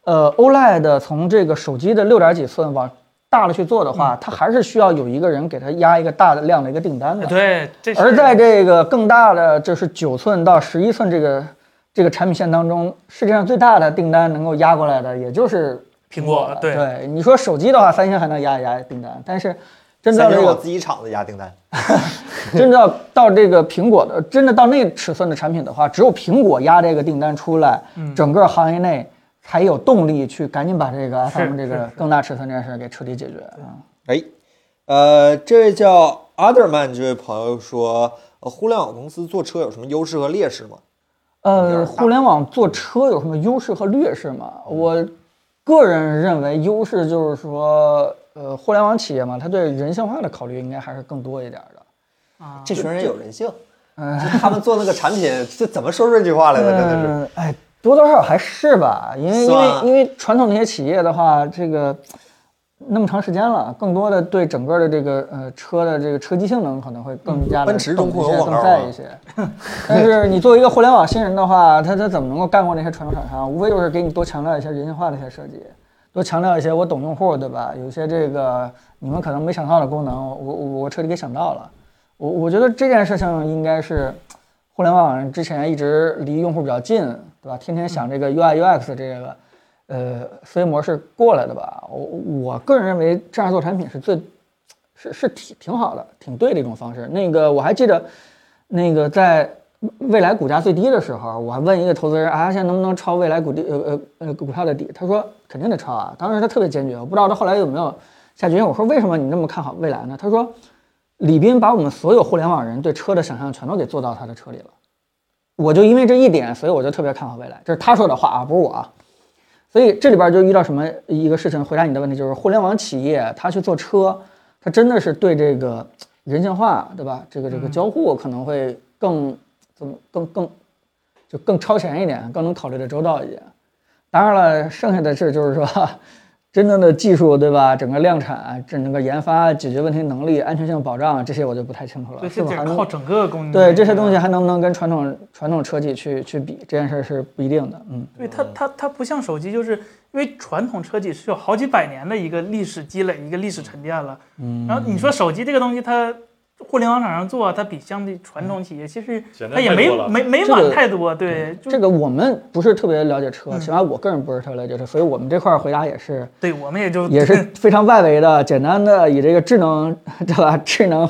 呃，OLED 从这个手机的六点几寸往大了去做的嗯话，它还是需要有一个人给它压一个大的量的一个订单的。对，这是嗯而在这个更大的，就是九寸到十一寸这个这个产品线当中，世界上最大的订单能够压过来的，也就是苹果了对对，你说手机的话，三星还能压一压订单，但是真三到星这我个自己厂子压订单，真到到这个苹果的，真的到那尺寸的产品的话，只有苹果压这个订单出来，嗯整个行业内才有动力去赶紧把这个是 iPhone 这是个是更大尺寸这件事儿给彻底解决啊。哎，呃，这位叫 Otherman 这位朋友说，呃，互联网公司做车有什么优势和劣势吗？呃，互联网做车有什么优势和劣势吗？嗯我个人认为优势就是说，呃，互联网企业嘛，它对人性化的考虑应该还是更多一点的。啊这群人有人性，就他们做那个产品，这怎么说这句话来的？真的是。嗯，哎，多多少少还是吧，因为是因为吧因为传统那些企业的话，这个那么长时间了，更多的对整个的这个呃车的这个车机性能可能会更加的嗯奔驰中控有广告更啊在意一些。 *laughs* 但是你作为一个互联网新人的话，他他怎么能够干过那些传统厂商？无非就是给你多强调一些人性化的一些设计。多强调一些我懂用户，对吧？有一些这个你们可能没想到的功能，我我我彻底给想到了。我我觉得这件事情应该是互联网之前一直离用户比较近，对吧？天天想这个 UI UX 这个呃思维模式过来的吧。我我个人认为这样做产品是最是是挺挺好的，挺对的一种方式。那个我还记得，那个在未来股价最低的时候，我还问一个投资人啊，现在能不能超未来股地呃呃呃股票的底？他说肯定得超啊。当时他特别坚决，我不知道他后来有没有下决心。我说为什么你那么看好未来呢？他说，李斌把我们所有互联网人对车的想象全都给做到他的车里了。我就因为这一点，所以我就特别看好未来。这是他说的话啊，不是我啊。所以这里边就遇到什么一个事情，回答你的问题就是，互联网企业它去做车，它真的是对这个人性化，对吧？这个这个交互可能会更怎么更更就更超前一点，更能考虑的周到一点。当然了，剩下的事就是说， *laughs* 真正的技术，对吧？整个量产、整个研发、解决问题能力、安全性保障这些我就不太清楚了，对，是嗯这不是得还能靠整个供应链对这些东西吧还能不能跟传统传统车企去去比，这件事是不一定的。嗯，对它，它它不像手机，就是因为传统车企是有好几百年的一个历史积累，一个历史沉淀了。嗯，然后你说手机这个东西它，它互联网厂商做，它比相比传统企业其实简它单也太没多了。没没这晚个太多，对，就这个我们不是特别了解车，嗯起码我个人不是特别了解车，所以我们这块儿回答也是对我们也就 *laughs* 也是非常外围的，简单的以这个智能对吧？智能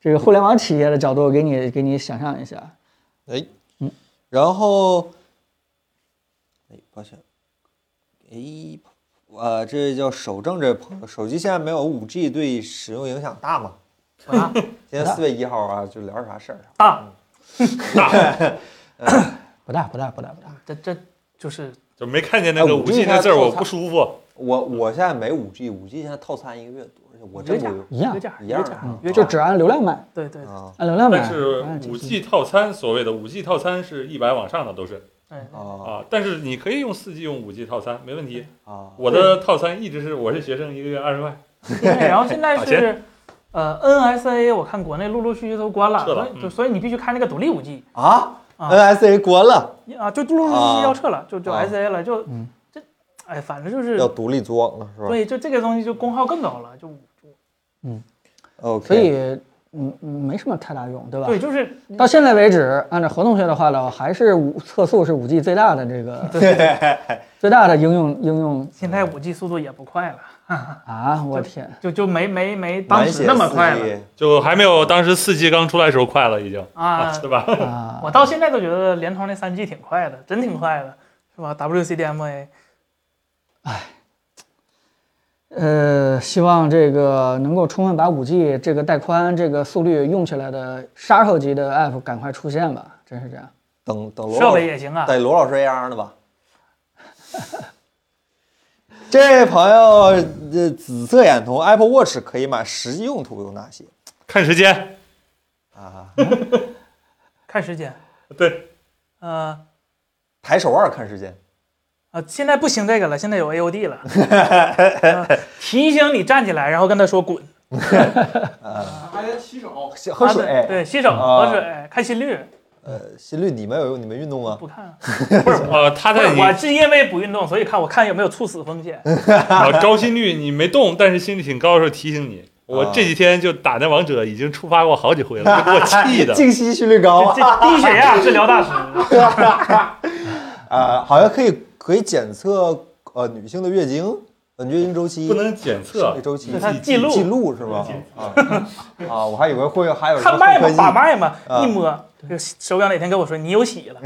这个互联网企业的角度给你给你想象一下，哎，然后，哎，抱歉，哎，呃，这叫守正这朋友，手机现在没有五 G 对使用影响大吗？啊今天四月一号啊，就聊点啥事儿？大，不大不大不大不大。这这就是就没看见那个啊哎五五 G G 那字儿，它我不舒服。我我现在没五 G，五 G 现在套餐一个月多，而且我约真不价用。一样约价一约样价嗯约就价，只按流量买，对对对，啊按流量买。但是按这五个 G 套餐，所谓的五 G 套餐是一百往上的都是哎，啊啊，但是你可以用四 G 用五 G 套餐，没问题。啊！我的套餐一直是我是学生，一个月二十块。对然后现在打是。呃，NSA 我看国内陆陆续续都关了，所撤了以嗯就所以你必须开那个独立五 G 啊啊！NSA 关了，啊，就陆陆续续要撤了，就就啊 SA 了，就嗯这，哎，反正就是要独立组网了是吧对，就这个东西就功耗更高了，就就？OK，所以嗯嗯没什么太大用，对吧？对，就是到现在为止，按照何同学的话呢，还是五测速是五 G 最大的这个最大的应用应用现在五 G 速度也不快了，啊！我天，就就没没没当满时血那么快四了 G 就还没有当时四 G 刚出来的时候快了，已经啊！对吧？ *laughs* 啊我到现在都觉得联通那三 G 挺快的，真挺快的，是吧？WCDMA 呃，希望这个能够充分把五 G 这个带宽、这个速率用起来的杀手级的 app 赶快出现吧，真是这样。等等罗设老备也行啊，得罗老师这样的吧。 *laughs* 这位朋友，这紫色眼瞳 Apple Watch 可以买，实际用途有哪些看时间，啊？看时间，对，呃抬手腕看时间，呃，现在不兴这个了，现在有 AOD *laughs* 了，呃提醒你站起来，然后跟他说滚，还得洗手，洗喝水。啊对，对洗手、啊喝水、看心率，呃，心率你们有用，你们运动吗？不看。不是 *laughs* 呃，他不在是，你我是因为不运动，所以看我看有没有猝死风险。 *laughs* 啊高心率你没动，但是心率挺高的时候提醒你。我啊这几天就打那王者，已经触发过好几回 *laughs* 了，给我气的。静息心率高这啊，这低血压治疗大师，啊，好像可以可以检测呃女性的月经，呃月经周期不能检测生理，周期你它自己记录记录是吧？啊啊，我还以为会有还有什么看脉黑嘛科，技把脉嘛，啊一摸，这手表哪天跟我说你有喜了，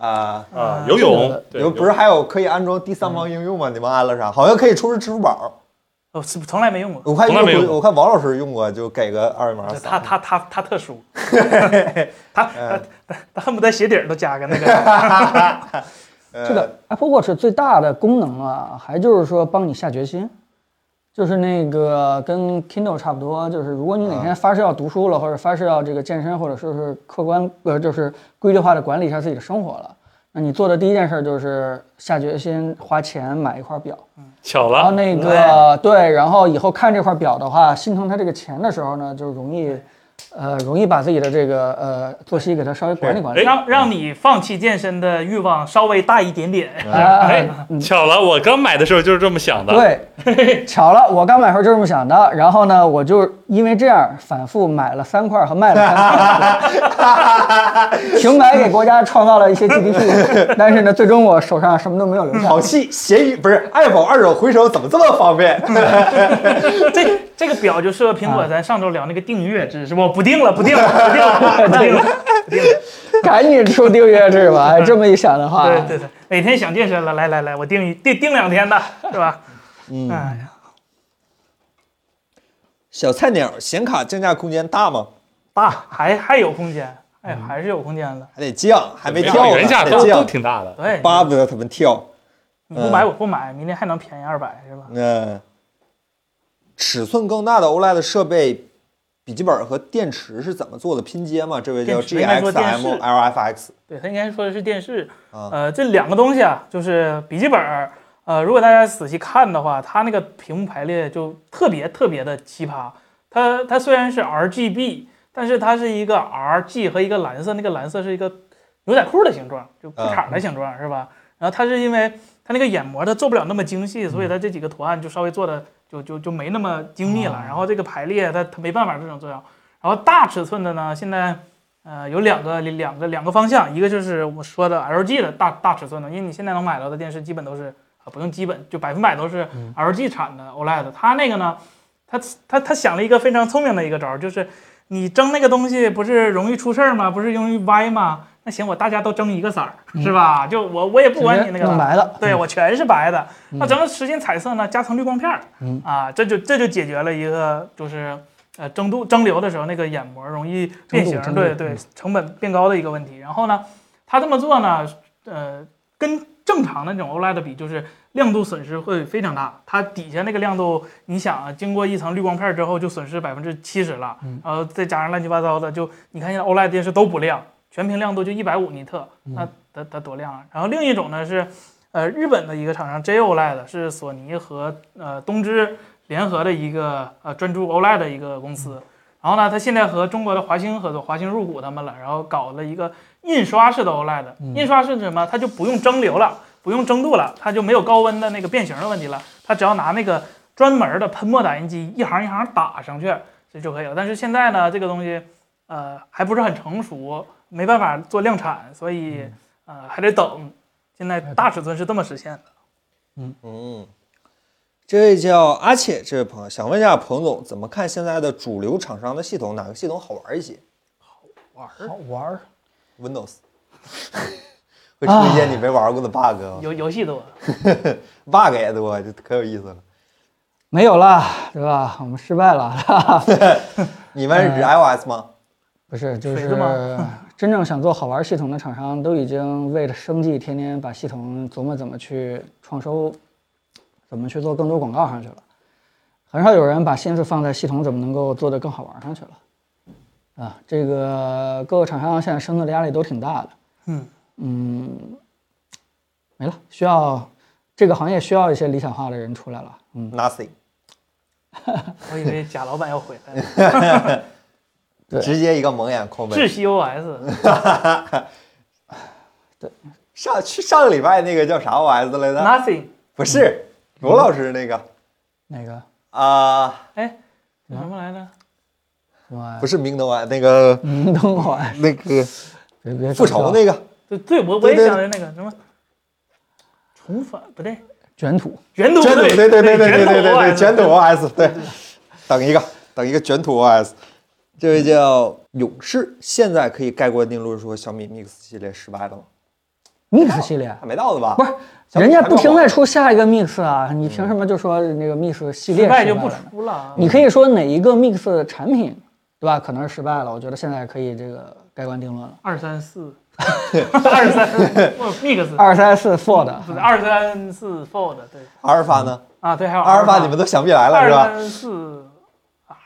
*laughs* 啊，啊，游泳，对有不是还有可以安装第三方应用吗？你们安了啥？好像可以出示支付宝，我是从来没用过。我看从来没用我看王老师用过，就给个二维码这扫他他他他特殊，他他他他恨不得鞋底儿都加个那个，呃这个 Apple Watch 最大的功能啊，还就是说帮你下决心，就是那个跟 Kindle 差不多，就是如果你哪天发誓要读书了，或者发誓要这个健身，或者说是客观呃，就是规律化的管理一下自己的生活了，那你做的第一件事就是下决心花钱买一块表。巧然了，后那个嗯啊对，然后以后看这块表的话，心疼它这个钱的时候呢，就容易，呃，容易把自己的这个呃作息给它稍微管理管理。让让你放弃健身的欲望稍微大一点点。哎哎，巧了，我刚买的时候就是这么想的。*laughs* 对，巧了，我刚买的时候就这么想的，然后呢，我就因为这样反复买了三块和卖了三 *laughs* 块，停摆给国家创造了一些 GDP，但是呢，最终我手上什么都没有留下。好戏，闲鱼不是爱宝二手回收怎么这么方便？ *laughs* *laughs* 这这个表就适合苹果，咱上周聊那个订阅制是不？不定了，不定了，不定了，不定了。 *laughs* 赶紧出订阅制吧！哎这么一想的话，对对对，哪天想健身了，来来来，我定一定定两天的，是吧？嗯，哎呀，小菜鸟显卡降价空间大吗？大还还有空间，哎，还是有空间的。还得降，还没没跳呢，原价还都得都降，挺大的。对，巴不得他们跳。你不买我不买，明天还能便宜二百是吧？嗯，尺寸更大的 OLED 设备，笔记本和电池是怎么做的拼接吗？这位叫电池应该说电视 GXM LFX 对他应该说的是电视，啊呃，这两个东西啊，就是笔记本儿，呃，如果大家仔细看的话，它那个屏幕排列就特别特别的奇葩。它它虽然是 RGB，但是它是一个 R G 和一个蓝色，那个蓝色是一个牛仔裤的形状，就裤衩的形状、是吧？然后它是因为它那个眼膜它做不了那么精细，所以它这几个图案就稍微做的就就就没那么精密了。然后这个排列它它没办法这种作用。然后大尺寸的呢，现在呃有两个两个两个方向，一个就是我说的 LG 的大大尺寸的，因为你现在能买到的电视基本都是啊不用基本就百分百都是嗯 LG 产的 OLED。它那个呢，它它它想了一个非常聪明的一个招儿，就是你蒸那个东西不是容易出事儿吗？不是容易歪吗？那行，我大家都蒸一个色儿，是吧？就我我也不管你那个嗯弄了，白了，对我全是白的。那嗯咱们实现彩色呢，加层滤光片儿嗯啊，这就这就解决了一个就是呃蒸镀蒸馏的时候那个眼膜容易变形，蒸镀对蒸镀对嗯，成本变高的一个问题。然后呢，它这么做呢，呃，跟正常的那种 OLED 比，就是亮度损失会非常大。它底下那个亮度，你想啊，经过一层滤光片之后就损失百分之七十了嗯，然后再加上乱七八糟的，就你看现在 OLED 电视都不亮，全屏亮度就一百五尼特，嗯那它它多亮啊！然后另一种呢是，呃，日本的一个厂商 JOLED E 是索尼和呃东芝联合的一个呃专注 OLED 的一个公司。然后呢，它现在和中国的华星合作，华星入股他们了，然后搞了一个印刷式的 OLED。印刷式是什么？它就不用蒸馏了，不用蒸镀了，它就没有高温的那个变形的问题了。它只要拿那个专门的喷墨打印机一行一行打上去，这就可以了。但是现在呢，这个东西呃还不是很成熟，没办法做量产，所以、呃还得等。现在大尺寸是这么实现的。嗯，这位叫阿切这位朋友想问一下彭总，怎么看现在的主流厂商的系统，哪个系统好玩一些好玩儿。 ？Windows 会出一些你没玩过的 bug，、啊、游游戏多， bug 也多，就可有意思了。没有啦，对吧？我们失败了，哈哈你们是嗯指 iOS 吗？不是，就水是子吗 *laughs* 真正想做好玩系统的厂商，都已经为了生计，天天把系统琢磨怎么去创收，怎么去做更多广告上去了。很少有人把心思放在系统怎么能够做得更好玩上去了。啊，这个各个厂商现在生存的压力都挺大的。嗯嗯，没了，需要这个行业需要一些理想化的人出来了。嗯， Nothing，我以为贾老板要回来了，对直接一个蒙眼扣窒分。息 OS 上去上个礼拜那个叫啥 OS 来着？ Nothing，不是罗老师那个那个啊、哎，叫什么来着？什么不，是明灯 OS 那个嗯，等会儿，那个别别复仇那个对对，我我也对对想着那个什么重返不对，卷土。卷土卷土，对对对对对对对对，卷卷土土 OS OS，对，等一个等一个卷土 OS，这位叫勇士，现在可以概括定论说小米 Mix 系列失败了吗？ Mix 系列还没到呢吧？不是，小米人家还没不停有在出下一个 Mix 啊，嗯你凭什么就说那个 Mix 系列失败就了不呢出了。你可以说哪一个 Mix 的产品，对吧？可能是失败了，我觉得现在可以这个盖棺定论了。二三四， *laughs* 二三不 mix，二三四 Ford，不是二三四 fold，对阿尔法呢？啊对，还有阿尔法你们都想不起来了二是吧？三四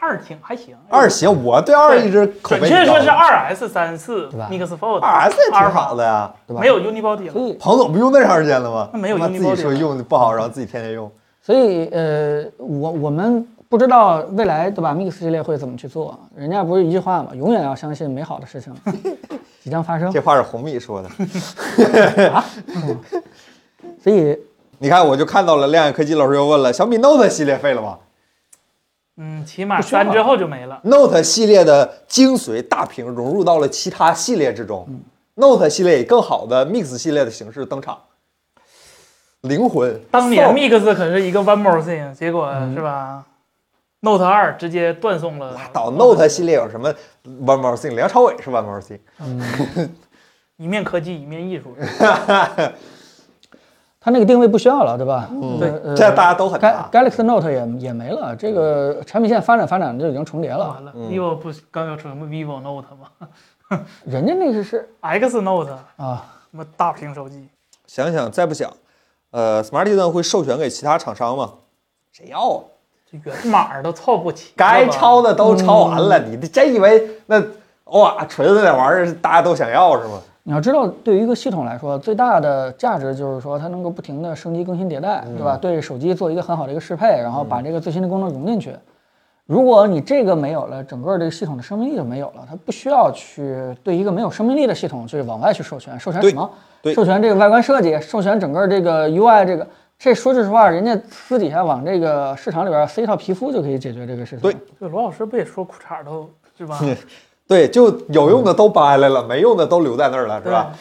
二挺还行，二行，我对二一直口准碑确比较说是高二 S 三四对吧 mix fold，二 S 也挺好的呀。对吧没有 unibody 所了，以彭总不用那长时间了吗？那没有他妈 Unibody 自己说了用的不好，然后自己天天用。所以呃，我我们不知道未来对吧？Mix 系列会怎么去做？人家不是一句话嘛，永远要相信美好的事情 *laughs* 即将发生这。话是红米说的。所以你看，我就看到了亮眼科技老师又问了：小米 Note 系列废了吗嗯，起码三之后就没了。 ？Note 系列的精髓大屏融入到了其他系列之中、n o t e 系列以更好的 Mix 系列的形式登场，灵魂。当年 Soul mix 可是一个 one more thing，结果是吧？Note 二直接断送了。导 Note 系列有什么 One More Thing？梁朝伟是 One More Thing。一面科技一面艺术，它那个定位不需要了，对吧？嗯对现在大家都很大 Ga- Galaxy Note 也也没了，这个产品线发展发展就已经重叠了完。了，vivo 嗯不是刚要出什么 vivo Note 吗嗯人家那个是？X Note 啊，什么大屏手机？想想再不想，呃，Smart Eden 会授权给其他厂商吗？谁要啊？这源码都凑不齐，该抄的都抄完了，嗯你真以为那哇锤子那玩意儿大家都想要是吗？你要知道，对于一个系统来说，最大的价值就是说它能够不停的升级更新迭代，嗯对吧？对手机做一个很好的一个适配，然后把这个最新的功能融进去。如果你这个没有了，整个这个系统的生命力就没有了。它不需要去对一个没有生命力的系统去往外去授权，授权对什么？对授权这个外观设计，授权整个这个 UI 这个，这说句实话，人家私底下往这个市场里边塞一套皮肤就可以解决这个事情。对，对，罗老师不也说裤衩儿都 *laughs* 是吧？对，就有用的都搬来了，没用的都留在那儿了，是对吧吧？？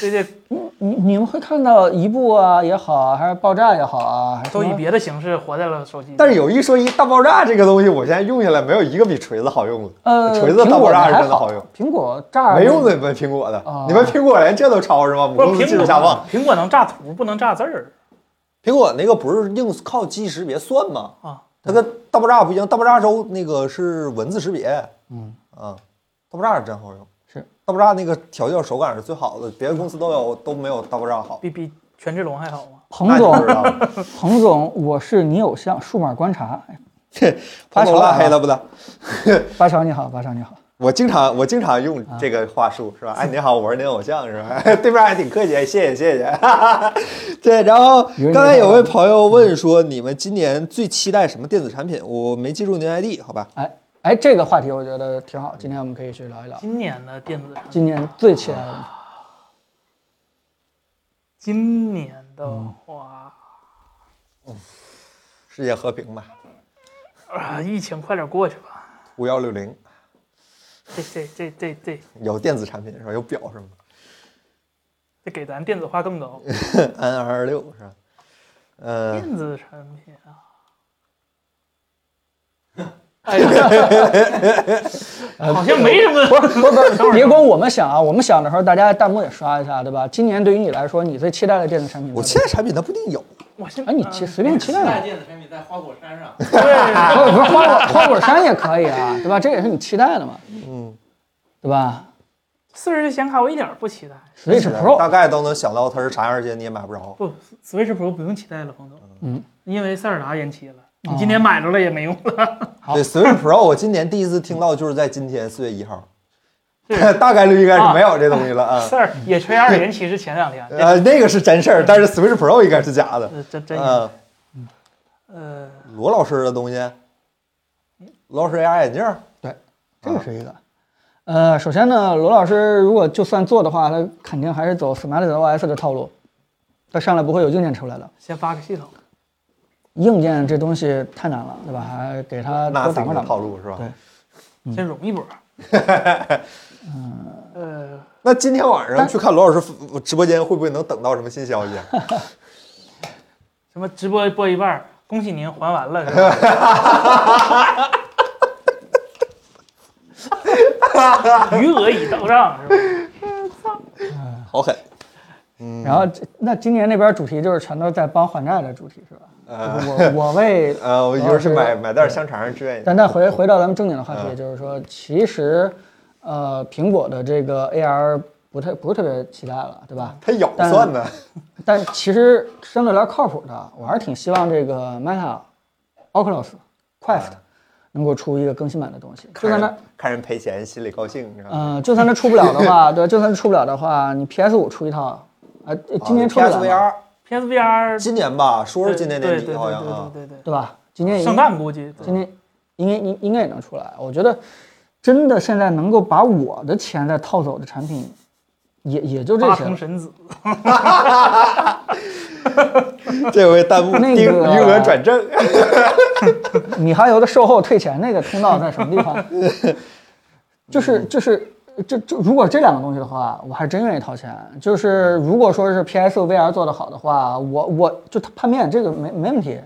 这这你你们会看到一部啊也好啊，还是爆炸也好啊，还是都什以么别的形式活在了手机。但是有一说一，大爆炸这个东西，我现在用下来没有一个比锤子好用的。呃，锤子苹大爆果炸是还真的好用，苹果炸没用的你们苹果的啊，呃你们苹果连这都超是吗？母不是公司技苹术果下放。，苹果能炸图，不能炸字儿。苹果那个不是硬靠记忆识别算吗？啊，它跟大爆炸不一样，大爆炸州那个是文字识别。嗯啊，大爆炸是真好用，是大爆炸那个调教手感是最好的，别的公司都有都没有大爆炸好。比比权志龙还好啊吗？彭总那你不知道 *laughs* 了，彭总，我是你偶像，数码观察。彭总八成拉啊黑了不得？八乔你好，八乔你好。我经常我经常用啊这个话术是吧？哎，您好，我是您偶像是吧？ *laughs* 对面还挺客气，谢谢谢谢。 *laughs* 对，然后有人刚才没看有位到朋友问说，你们今年最期待什么电子产品？我没记住您 ID，好吧？哎哎，这个话题我觉得挺好，今天我们可以去聊一聊。今年的电子产品，今年最期待的，今年的话，世界和平吧，啊，疫情快点过去吧。五幺六零这这这这这有电子产品是吧？有表是吗 *laughs* 这给咱电子化更高。 ？N 二二六是吧？嗯、电子产品啊，哎呀，好像没什么。不是不是不是，别光我们想啊，我们想的时候，大家弹幕也刷一下，对吧？今年对于你来说，你最期待的电子产品在哪？我期待产品它不一定有，我现嗯哎，你呃期随便期待吧大。件的产品在花果山 *laughs* 上，对，不是不是花果花果山也可以啊，对吧？这也是你期待的嘛，嗯对吧四十显卡我一点儿不期待。 ？Switch 大 Pro，概都能想到它是啥样，而且你也买不着。不，Switch Pro 不用期待了，彭总。嗯，因为塞尔达延期了，你哦今天买着了也没用了。好对，Switch Pro 我今年第一次听到就是在今天四月一号，是 *laughs* 大概率应该是没有这东西了哦 *laughs* 啊。塞尔野炊二延期是前两天，呃，那个是真事儿，但是 Switch Pro 应该是假的。这这真嗯，呃，罗老师的东西，罗老师 AR 眼镜儿，这个是一个。呃，首先呢，罗老师如果就算做的话，他肯定还是走 SmartOS 的套路，他上来不会有硬件出来的。先发个系统，硬件这东西太难了，对吧？还给他那多自打己磨的打套磨。路是吧？对嗯先融一波。呃，那今天晚上去看罗老师直播间，会不会能等到什么新消息啊？什么直播播一半儿，恭喜您还完了，是吧？余额已到账，是吧？好狠！然后这那今年那边主题就是全都在帮还债的主题是吧？呃就是我我为 *laughs* 呃，我一会儿去罗老买嗯师买袋香肠支援你。哦但再回回到咱们正经的话题，就是说，其实，呃，苹果的这个 AR 不太不是特别期待了，对吧？它有但算呢？但其实相对来说靠谱的，我还是挺希望这个 Meta、Oculus、Quest 能够出一个更新版的东西。看就算它人看人赔钱，心里高兴，你知道吗？嗯，就算它出不了的话， *laughs* 对，就算它出不了的话，你 PS 五出一套，啊，今年出不了 PS 嘛， VR， PSVR 今年吧，说是今年年对底好像啊。对对对对对吧？今年对，也圣诞估计今天应该应应该也能出来。我觉得真的现在能够把我的钱再套走的产品，也也就这八些重了。神子， *laughs* 这回弹幕那定余个额转正， *laughs* 你还有个售后退钱那个通道在什么 *laughs* 地方？就是就是。这这如果这两个东西的话，我还真愿意掏钱。就是如果说是 PS VR 做得好的话，我我就它叛变这个没没问题，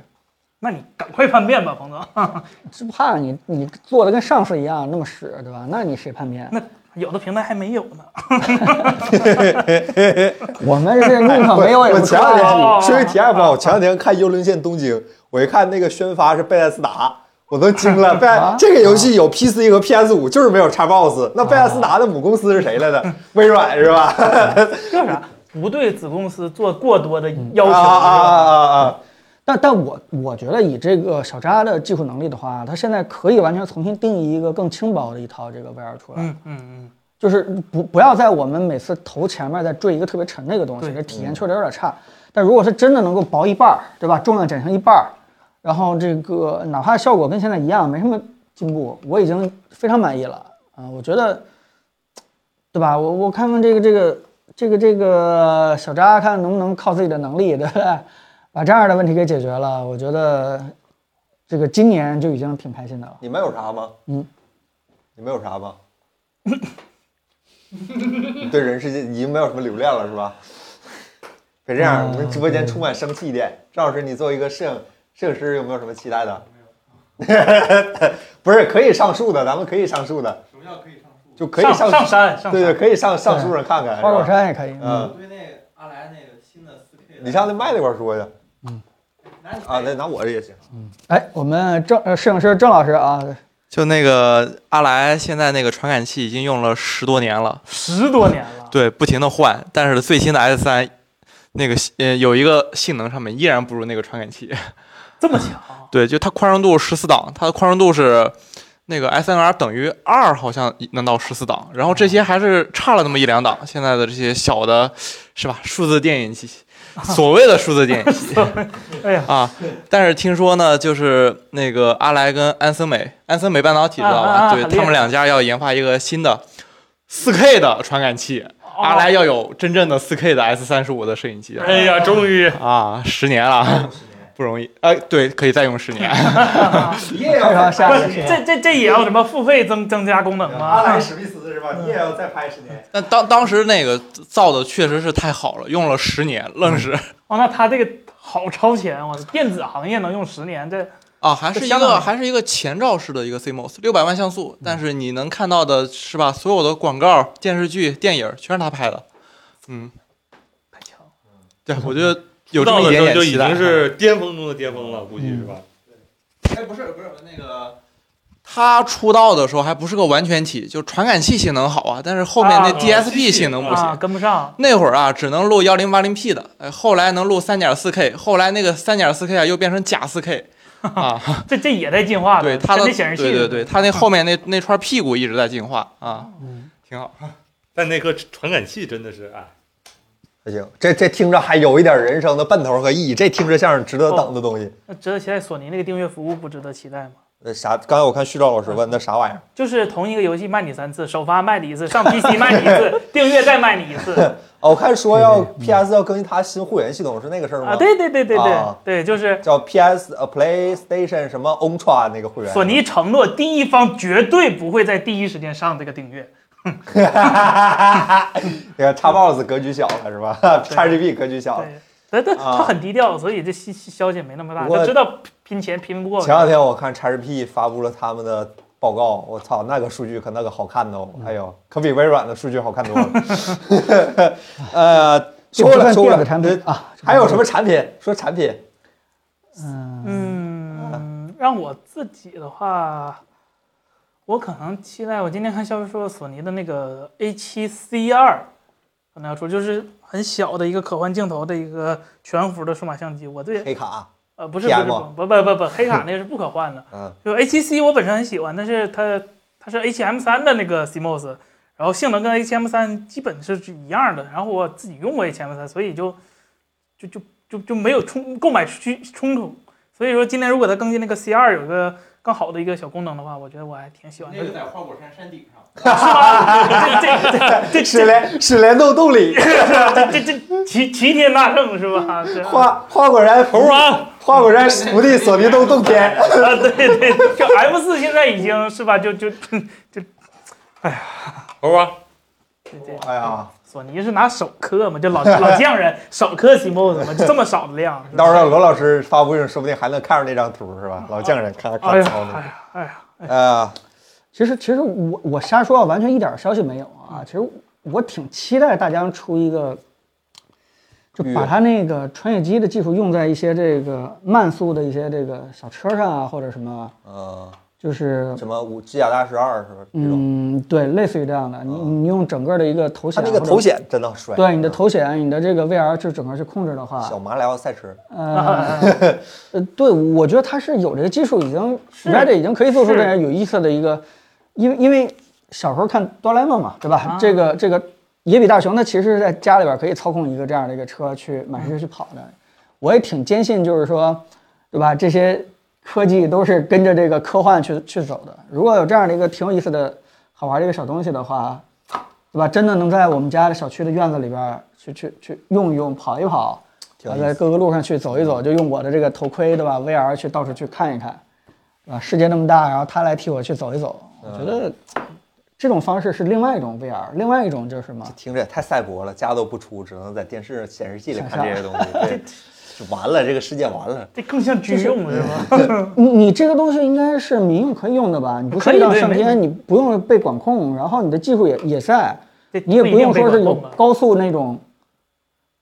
那你赶快叛变吧，彭总。 *laughs* 只怕你你做的跟上次一样那么屎，对吧？那你谁叛变？那有的平台还没有呢。我们是宁可 *laughs* 没有也我不前两看。天说句题外话，我前两天看《幽灵线：东京》，我一看那个宣发是贝莱斯达，我都惊了。贝莱 *laughs* 啊这个游戏有 PC 和 PS 五，就是没有 Xbox。那贝莱斯达的母公司是谁来的？微软是 *laughs* 吧？这啥？不对子公司做过多的要啊啊求，是吧啊啊！但但我我觉得以这个小扎的技术能力的话，他现在可以完全重新定义一个更轻薄的一套这个 VR 出来，嗯嗯嗯，就是不不要在我们每次头前面再坠一个特别沉的一个东西，对这体验确实有点差。但如果是真的能够薄一半儿，对吧？重量减成一半儿，然后这个哪怕效果跟现在一样，没什么进步，我已经非常满意了啊、我觉得，对吧？我我看看这个这个这个这个小扎，看能不能靠自己的能力，对吧？把这样的问题给解决了，我觉得这个今年就已经挺开心的了。你们有啥吗？嗯，你们有啥吗？ *laughs* 你对人世界已经没有什么留恋了是吧？可这样，我们直播间充满生气一点。赵老师，你作为一个摄影摄影师，有没有什么期待的？ *laughs* 不是，可以上树的，咱们可以上树的，什么叫可以上树？就可以上上上山上对对，山，可以上上树上看看。是花果吧？山也可以，嗯我对那个阿莱那个新的四 K，你上那麦那块儿说去嗯拿你啊，那拿我这也行。哎，我们郑呃摄影师郑老师啊，就那个阿莱现在那个传感器已经用了十多年了，十多年了，对，不停的换，但是最新的 S 3那个呃有一个性能上面依然不如那个传感器，这么强，对，就它宽容度十四档，它的宽容度是那个 S N R 等于二，好像能到十四档，然后这哦些还是差了那么一两档。现在的这些小的，是吧？数字电影机，所谓的数字电影 *laughs* 机哎呀，啊，但是听说呢，就是那个阿莱跟安森美，安森美半导体知道吧？啊啊啊对很厉他们害两家要研发一个新的四 K 的传感器，阿哦莱要有真正的四 K 的 S 三十五的摄影机了。哎呀，终于啊，十年哦了， *laughs* 不容易。哎，对，可以再用十年。你也要上下不一是个啊是吧啊这这这也要什么付费增增加功能阿吗莱？史密斯是吧？你也要再拍十年。但当当时那个造的确实是太好了，用了十年，愣是、哦，那它这个好超前，我的电子行业能用十年，这 *laughs* 啊，还是一相当个于嗯还是一个前照式的一个 CMOS，六百万像素，但是你能看到的是吧？所有的广告、电视剧、电影全是他拍的。嗯，太强嗯了。对，我觉得有这到么的一时候点点就期已待。经是巅峰中的巅峰了，估计是吧？哎，不是不是那个，他出道的时候还不是个完全体，就传感器性能好啊，但是后面啊那啊 DSP 性能不行。啊，跟不上，那会儿啊，只能录幺零八零 P 的，哎，后来能录三点四 K，后来那个三点四 K 啊又变成假四 K，啊，这这也在进化的，对它的跟这啊显示器对对对，它那后面那那串屁股一直在进化啊，挺好。但那颗传感器真的是哎，还行，这这听着还有一点人生的奔头和意义，这听着像是值哦得等的东西。那值得期待。索尼那个订阅服务不值得期待吗？那啥，刚才我看旭照老师问那嗯啥玩意儿就是同一个游戏卖你三次，首发卖你一次，上 PC 卖你一次，订阅再卖你一次哦，我看说嗯要 PS 要更新它新会员系统，是那个事儿吗？啊！对对对对对啊对，就是叫 PS 呃 PlayStation 什么 Ultra 那个会员。索 *laughs* 尼承诺第一方绝对不会在第一时间上这个订阅。那个 Xbox 格局小了是吧？XGP 格局小了。对，但但啊他很低调，所以这消消息没那么大。不过他知道拼钱拼不过。前两天我看 XGP 发布了他们的报告，我操，那个数据可那个好看哦，嗯哎呦，可比微软的数据好看多了。 *laughs* 呃，说这部回分来，说呃回第二来个产品啊，还有什么产品？说产品，嗯，嗯，让我自己的话，我可能期待我今天看消息说索尼的那个 A 7 C 二可能要出，就是很小的一个可换镜头的一个全幅的数码相机。我对黑卡，啊呃不是不是 PM 不不不不黑卡那是不可换的。嗯，就 A 7 C 我本身很喜欢，但是它它是 A 7 M 3的那个 CMOS，然后性能跟 A 7 M 3基本是一样的。然后我自己用过 A 7 M 3，所以就就就就就没有冲购买需冲突。所以说今年如果它更新那个 C 2有个更好的一个小功能的话，我觉得我还挺喜欢那这个个。在花果山山顶上，是 *laughs* 吗？这这这史联史联洞洞里这这这齐齐天大圣是吧？是嗯啊花花果山猴啊啊王，花果山福地索尼洞洞天，啊，对对，就 M 4现在已经是吧？就就就猴啊，对对。哎呀，索尼是拿手刻嘛，就老老匠 *laughs* 人手刻 CMOS 嘛，就这么少的量。是吧到时候罗老师发布会上，说不定还能看上那张图是吧？老匠人看哎看呀操哎你，呀哎呀，呃，其实其实我我瞎说啊，完全一点消息没有啊。其实我挺期待大疆出一个，就把它那个穿越机的技术用在一些这个慢速的一些这个小车上啊，或者什么，呃，就是什么五机甲大师二是吧？这种，嗯，对，类似于这样的，你你用整个的一个头他显，啊那个头，显真的帅，啊对你的头显，你的这个 VR 就整个去控制的话，小马里奥赛车，哎呃，呃对，我觉得它是有这个技术，已经 Ready 已经可以做出这样有意思的一个，因为因为小时候看哆啦 A 梦嘛，对吧？啊这个这个野比大雄他其实是在家里边可以操控一个这样的一个车去满世界去跑的，我也挺坚信，就是说，对吧？这些科技都是跟着这个科幻去去走的。如果有这样的一个挺有意思的、好玩的一个小东西的话，对吧？真的能在我们家的小区的院子里边儿去去去用一用、跑一跑，挺啊，有在意思。各个路上去走一走，就用我的这个头盔，对吧？VR 去到处去看一看，啊，世界那么大，然后他来替我去走一走，我嗯觉得这种方式是另外一种 VR，另外一种就是什么？听着也太赛博了，家都不出，只能在电视显示器里看想象这些东西， *laughs* 对，就完了，这个世界完了。这更像军用是吧？你你这个东西应该是民用可以用的吧？你不可涉以及到对上没天，你不用被管控，然后你的技术也也在，这你也一不定用被说是管有控吧高速那种。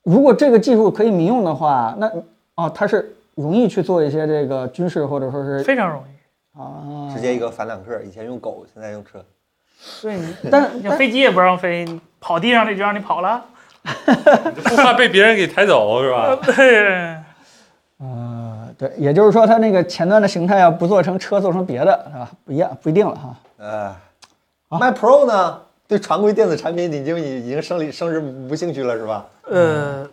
如果这个技术可以民用的话，那哦，它是容易去做一些这个军事或者说是 *laughs* 非常容易。啊，直接一个反两克，以前用狗，现在用车。对你，但像飞机也不让飞，你跑地上那就让你跑了。不怕被别人给抬走是 *laughs* 吧？对，呃，对，也就是说，它那个前端的形态要不做成车，做成别的，是吧？不一样，不一定了哈。呃，Mac Pro 呢？对常规电子产品已经已经生理生之无兴趣了是吧？呃，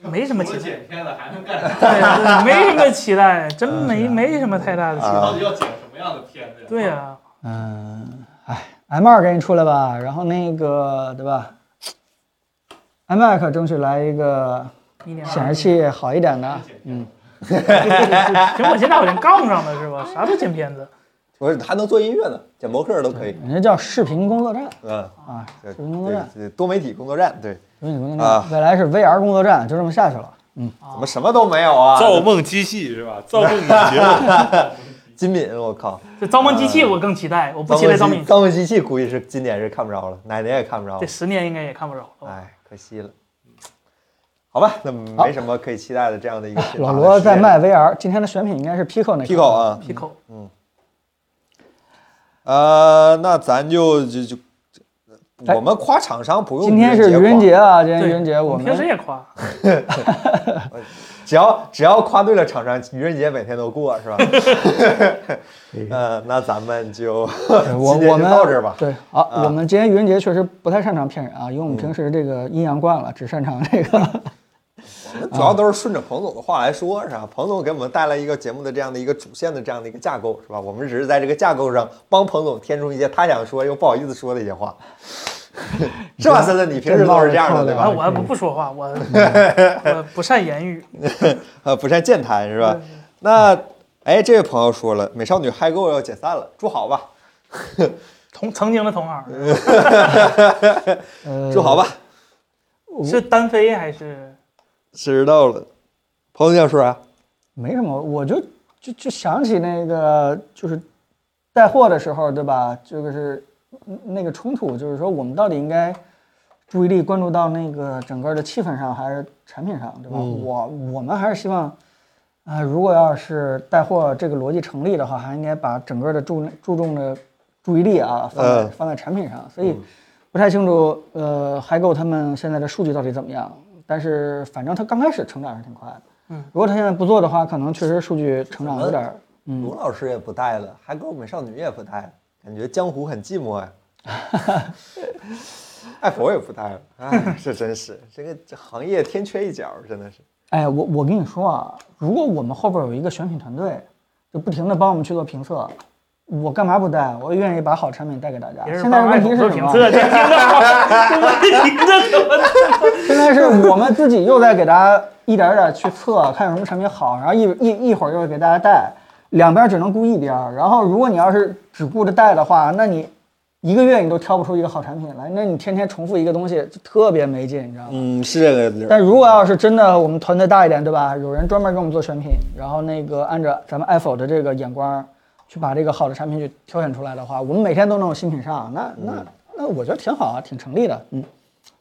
没什么除了期待，剪片子还能干啥？对，没什么期待，真没没什么太大的期啊待。到底要剪什么样的片子呀？对啊呀，嗯，哎，M 二赶紧出来吧，然后那个对吧？iMac 争取来一个一年显示器好一点的，嗯，苹果现在好像杠上了是吧？啥都剪片子，我说还能做音乐呢，剪博客都可以。人家叫视频工作站嗯，啊，对视频工作站，对，多媒体工作站，对，视频工作啊站，未嗯来是 VR 工作站，就这么下去了。怎么什么都没有啊？造梦机器是吧？造梦以前。 *laughs* 金敏，我靠！这造梦机器我更期待，我不造期待造梦机梦机器，造梦机器估计是今年是看不着了，哪年也看不着了。这十年应该也看不着了。哎，可惜了。好吧，那没什么可以期待的这样的一个品牌。老罗在卖 VR，今天的选品应该是 Pico 那 Pico 啊， p i c o 呃，那咱就就就，我们夸厂商不用。嗯今天是愚人节，啊，嗯今天愚人节，我我们啊平时也夸，只要只要夸对了厂商，愚人节每天都过是吧？ *laughs* 呃，那咱们就我 *laughs* 今我天就们到这儿吧。对，好、啊我们今天愚人节确实不太擅长骗人啊，因为我们平时这个阴阳惯了，只擅长这个我们主要都是顺着彭总的话来说，是吧？彭总给我们带来一个节目的这样的一个主线的这样的一个架构，是吧？我们只是在这个架构上帮彭总添出一些他想说又不好意思说的一些话， *laughs* 是吧？森森，你平时都是这样的，对哎，吧？我嗯不不说话， *laughs* 我我不善言语。呃，不善健谈，是吧对？那哎，这位朋友说了，美少女嗨购要解散了，祝好吧，同曾经的同行呃，祝好吧，是单飞还是？知道了。彭总想说啥？没什么，我就就就想起那个就是带货的时候，对吧？这个是嗯那个冲突，就是说我们到底应该注意力关注到那个整个的气氛上，还是产品上，对吧？我我们还是希望。啊、如果要是带货这个逻辑成立的话，还应该把整个的注注重的注意力啊放在、嗯放在产品上，所以不太清楚呃海狗他们现在的数据到底怎么样，但是反正它刚开始成长是挺快的，嗯，如果它现在不做的话，可能确实数据成长有点儿，嗯，卢老师也不带了，嗨购美少女也不带了，感觉江湖很寂 *laughs* 寞呀、啊爱佛也不带了，哎，这真是这个这行业天缺一角，真的是。哎，我我跟你说啊，如果我们后边有一个选品团队，就不停的帮我们去做评测。我干嘛不带？我也愿意把好产品带给大家。别人现在帮爱问题狗是做什么？评测，这听着 *laughs* 这听着怎么？ *laughs* 现在是我们自己又在给大家一点儿一点儿去测，看有什么产品好，然后一一一会儿又给大家带，两边只能顾一边儿。然后如果你要是只顾着带的话，那你一个月你都挑不出一个好产品来，那你天天重复一个东西就特别没劲，你知道吗？嗯，是这个理儿。但如果要是真的我们团队大一点，对吧？有人专门给我们做选品，然后那个按照咱们 Apple 的这个眼光，去把这个好的产品去挑选出来的话，我们每天都能有新品上，那那那我觉得挺好啊，挺成立的，嗯。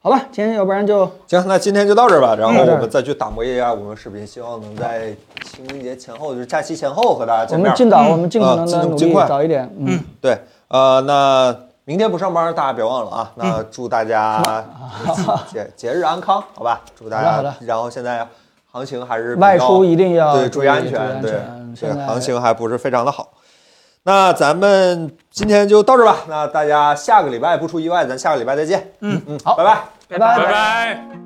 好吧，今天要不然就行，那今天就到这儿吧，然后嗯我们再去打磨一下我们视频，希望能在清明节前后，就是假期前后和大家我见面们儿。尽早，我们尽可能啊的尽努尽力快早一点。嗯，对，呃，那明天不上班，大家别忘了啊。 *laughs* 那祝大家节节日安康，好吧？祝大好家的好。然后现在行情还是比外较出一定要对注注意安注意安对全对现在行情还不是非常的好。那咱们今天就到这儿吧。那大家下个礼拜不出意外，咱下个礼拜再见。嗯嗯，好拜拜。拜拜拜拜。